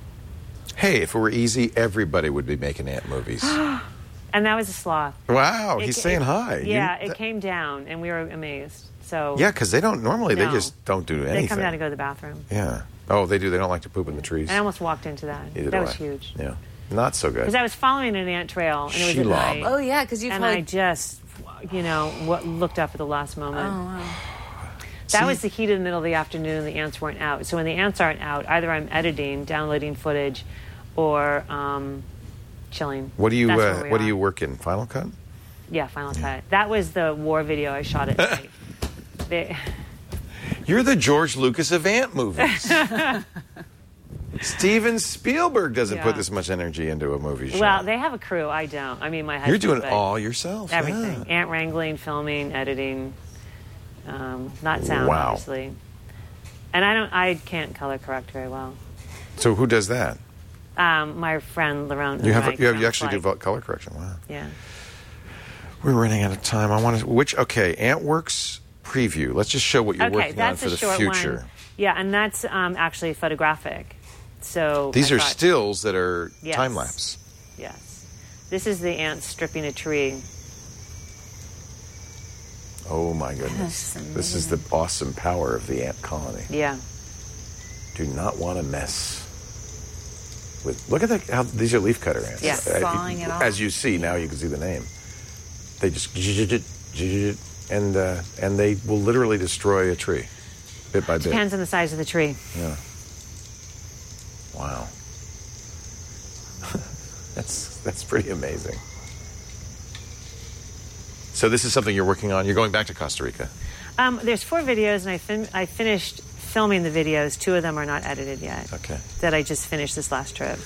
E: Hey, if it were easy, everybody would be making ant movies.
G: And that was a sloth.
E: wow,
G: It
E: he's
G: ca-
E: saying
G: it-
E: hi. You-
G: Yeah, it
E: that-
G: came down and we were amazed. So
E: Yeah, because they don't normally. They
G: No.
E: just don't do anything.
G: they come down to go to the bathroom.
E: Yeah. Oh, they do. They don't like to poop in the trees.
G: And I almost walked into that.
E: Either
G: that
E: way.
G: was huge.
E: Yeah. Not so good.
G: Because I was following an ant trail and it was at
E: Shelob.
G: night.
F: Oh yeah, because you've
G: and
F: heard
G: I just, you know, what looked up at the last moment.
F: Oh,
G: That
E: See-
G: was the heat of the middle of the afternoon. The ants weren't out. So when the ants aren't out, either I'm editing, downloading footage, or um, chilling.
E: What do you
G: That's
E: uh,
G: where we
E: What do
G: are.
E: you work in? Final Cut.
G: Yeah, Final Cut. That was the war video I shot at night. They-
E: You're the George Lucas of ant movies. Steven Spielberg doesn't
G: Yeah.
E: put this much energy into a movie.
G: well,
E: shot.
G: they have a crew. I don't. I mean, my husband.
E: You're doing
G: but
E: all yourself.
G: everything:
E: yeah.
G: ant wrangling, filming, editing. Um, not sound,
E: Wow.
G: obviously. And I don't. I can't color correct very well.
E: So who does that?
G: Um, my friend Laurent.
E: You
G: and
E: have
G: I
E: you, have,
G: kind
E: you
G: of
E: actually do
G: like-
E: vo- color correction. Wow.
G: Yeah.
E: We're running out of time. I want to. Which okay, AntWorks preview. Let's just show what you're
G: Okay,
E: working on
G: that's
E: for
G: a
E: the
G: short
E: future.
G: one. Yeah, and that's um, actually photographic. So
E: These
G: I
E: are
G: thought-
E: stills that are
G: Yes.
E: time lapse.
G: Yes. This is the ant stripping a tree.
E: Oh my goodness. This is the awesome power of the ant colony.
G: Yeah.
E: Do not want to mess with. Look at that. How, these are leafcutter ants.
F: Yeah,
E: As you-
F: sawing it off.
E: As you see now, you can see the name. They just and uh, and they will literally destroy a tree, bit by bit.
G: Depends on the size of the tree.
E: Yeah. Wow. that's that's pretty amazing. So this is something you're working on. You're going back to Costa Rica.
G: Um, there's four videos, and I, fin- I finished filming the videos. Two of them are not edited yet.
E: Okay.
G: That I just finished this last trip.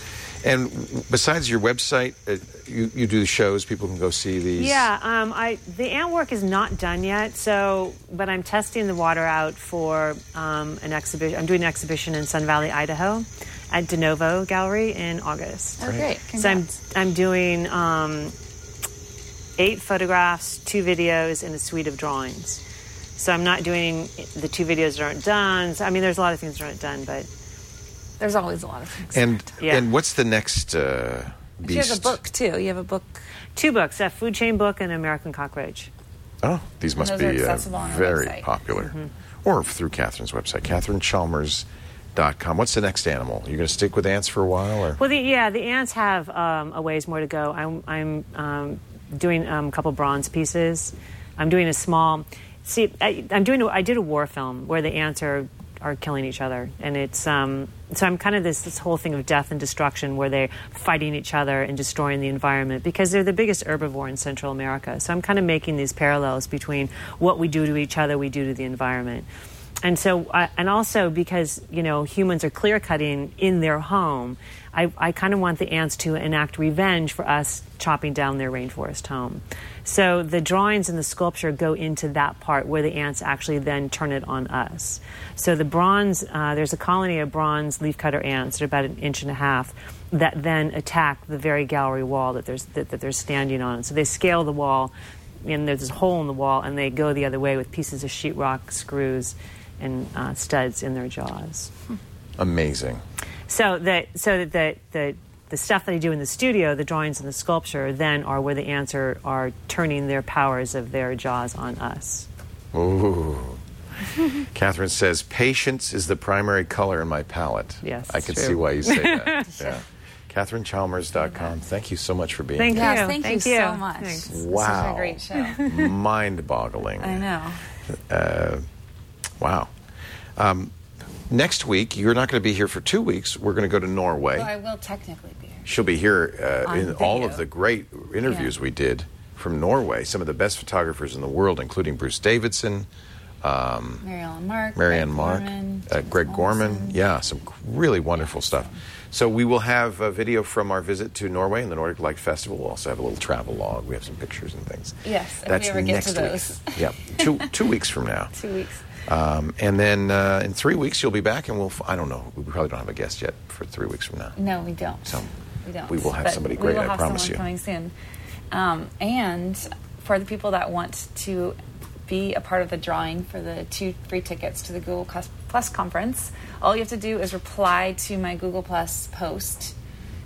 E: And w- besides your website, uh, you, you do shows. People can go see these.
G: Yeah, um, I the ant work is not done yet. So, but I'm testing the water out for um, an exhibition. I'm doing an exhibition in Sun Valley, Idaho, at De Novo Gallery in August.
F: Oh, great.
G: So I'm
F: Congrats.
G: I'm doing um, eight photographs, two videos, and a suite of drawings. So I'm not doing the two videos that aren't done. So, I mean, there's a lot of things that aren't done, but
F: There's always a lot of things.
E: And
G: Yeah.
E: and what's the next uh, beast?
F: you have a book too. You have a book.
G: two books: a food chain book and American Cockroach.
E: Oh, these must
F: Those are
E: be uh,
F: accessible on our
E: very
F: website. Mm-hmm.
E: popular, or through Catherine's website, CatherineChalmers.com. What's the next animal? You're going to stick with ants for a while, or
G: Well, the, yeah, the ants have um, a ways more to go. I'm, I'm um, doing um, a couple bronze pieces. I'm doing a small. See, I, I'm doing. a- I did a war film where the ants are are killing each other, and it's um. So I'm kind of this this whole thing of death and destruction where they're fighting each other and destroying the environment because they're the biggest herbivore in Central America. So I'm kind of making these parallels between what we do to each other, we do to the environment. And so, I and also because you know humans are clear cutting in their home, I, I kind of want the ants to enact revenge for us chopping down their rainforest home. So the drawings and the sculpture go into that part where the ants actually then turn it on us. So the bronze, uh, there's a colony of bronze leafcutter ants, they're about an inch and a half, that then attack the very gallery wall that, there's, that, that they're standing on. So they scale the wall, and there's this hole in the wall, and they go the other way with pieces of sheetrock, screws, and uh, studs in their jaws.
E: amazing.
G: So that so that the, the the stuff that I do in the studio, the drawings and the sculpture, then are where the ants are, are turning their powers of their jaws on us.
E: Ooh. Catherine says, "Patience is the primary color in my palette."
G: Yes,
E: I
G: it's
E: can
G: true.
E: see why you say that. yeah. CatherineChalmers.com. Thank you so much for being
G: Thank
E: here.
F: Yes,
G: you.
F: thank,
G: Thank
F: you,
G: you.
F: so much.
G: Thanks.
F: This was
E: Wow.
F: a great show.
E: Mind-boggling.
F: I know.
E: Wow. Um, next week, you're not going to be here for two weeks. We're going to go to Norway.
F: Well, Oh, I will technically be here.
E: She'll be here uh,
F: On
E: in all of
F: video.
E: the great interviews
F: Yeah.
E: we did from Norway. Some of the best photographers in the world, including Bruce Davidson,
F: Mary Ellen Mark.
E: Marianne
F: Greg
E: Mark,
F: Gorman,
E: uh,
F: James
E: Greg Gorman.
F: Olsen.
E: Yeah, some really wonderful stuff. So we will have a video from our visit to Norway and the Nordic Light Festival. We'll also have a little travel log. We have some pictures and things.
F: Yes, if we
E: that's
F: ever get
E: next
F: to those.
E: week. yeah, two two weeks from now.
F: Two weeks.
E: Um, and then uh, in three weeks you'll be back, and we'll. F- I don't know. We probably don't have a guest yet for three weeks from now.
F: No, we don't.
E: So,
F: we don't.
E: we will have
F: But
E: somebody
F: we
E: great,
F: will
E: I
F: have
E: promise
F: someone
E: you.
F: Coming soon. Um, and for the people that want to be a part of the drawing for the two free tickets to the Google Cus- Plus conference, all you have to do is reply to my Google Plus post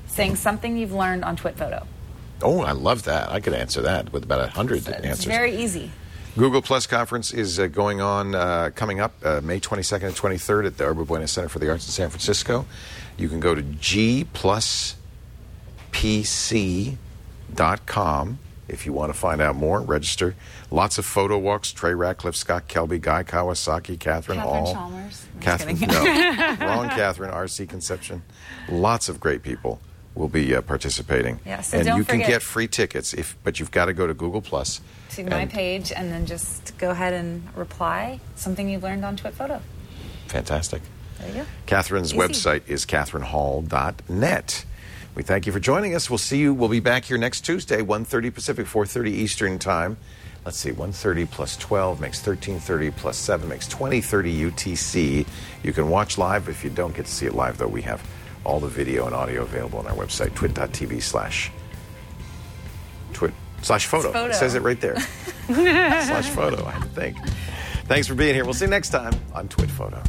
F: saying something you've learned on TwitPhoto.
E: Oh, I love that. I could answer that with about a hundred
F: So it's
E: answers.
F: very easy.
E: Google Plus conference is uh, going on, uh, coming up uh, May 22nd and 23rd at the Arbor Buena Center for the Arts in San Francisco. You can go to gpluspc.com if you want to find out more. Register. Lots of photo walks. Trey Ratcliffe, Scott Kelby, Guy Kawasaki, Catherine,
F: Catherine
E: All.
F: Chalmers. I'm just
E: Catherine,
F: kidding.
E: no. Wrong Catherine, RC Conception. Lots of great people will be uh, participating.
F: Yeah, so
E: and
F: don't
E: you can
F: forget-
E: get free tickets, if, but you've got to go to Google Plus.
F: to my
E: and-
F: page and then just go ahead and reply something you've learned on TwitPhoto.
E: Fantastic.
F: There you go.
E: Catherine's
F: Easy.
E: website is catherinehall.net. We thank you for joining us. We'll see you. We'll be back here next Tuesday, 1.30 Pacific, 4.30 Eastern Time. Let's see, 1.30 plus 12 makes 13.30 plus 7 makes 20.30 UTC. You can watch live. If you don't get to see it live, though, we have all the video and audio available on our website, twit.tv slash twit slash photo.
F: Photo.
E: It says it right there. slash photo, I think. Thanks for being here. We'll see you next time on Twit Photo.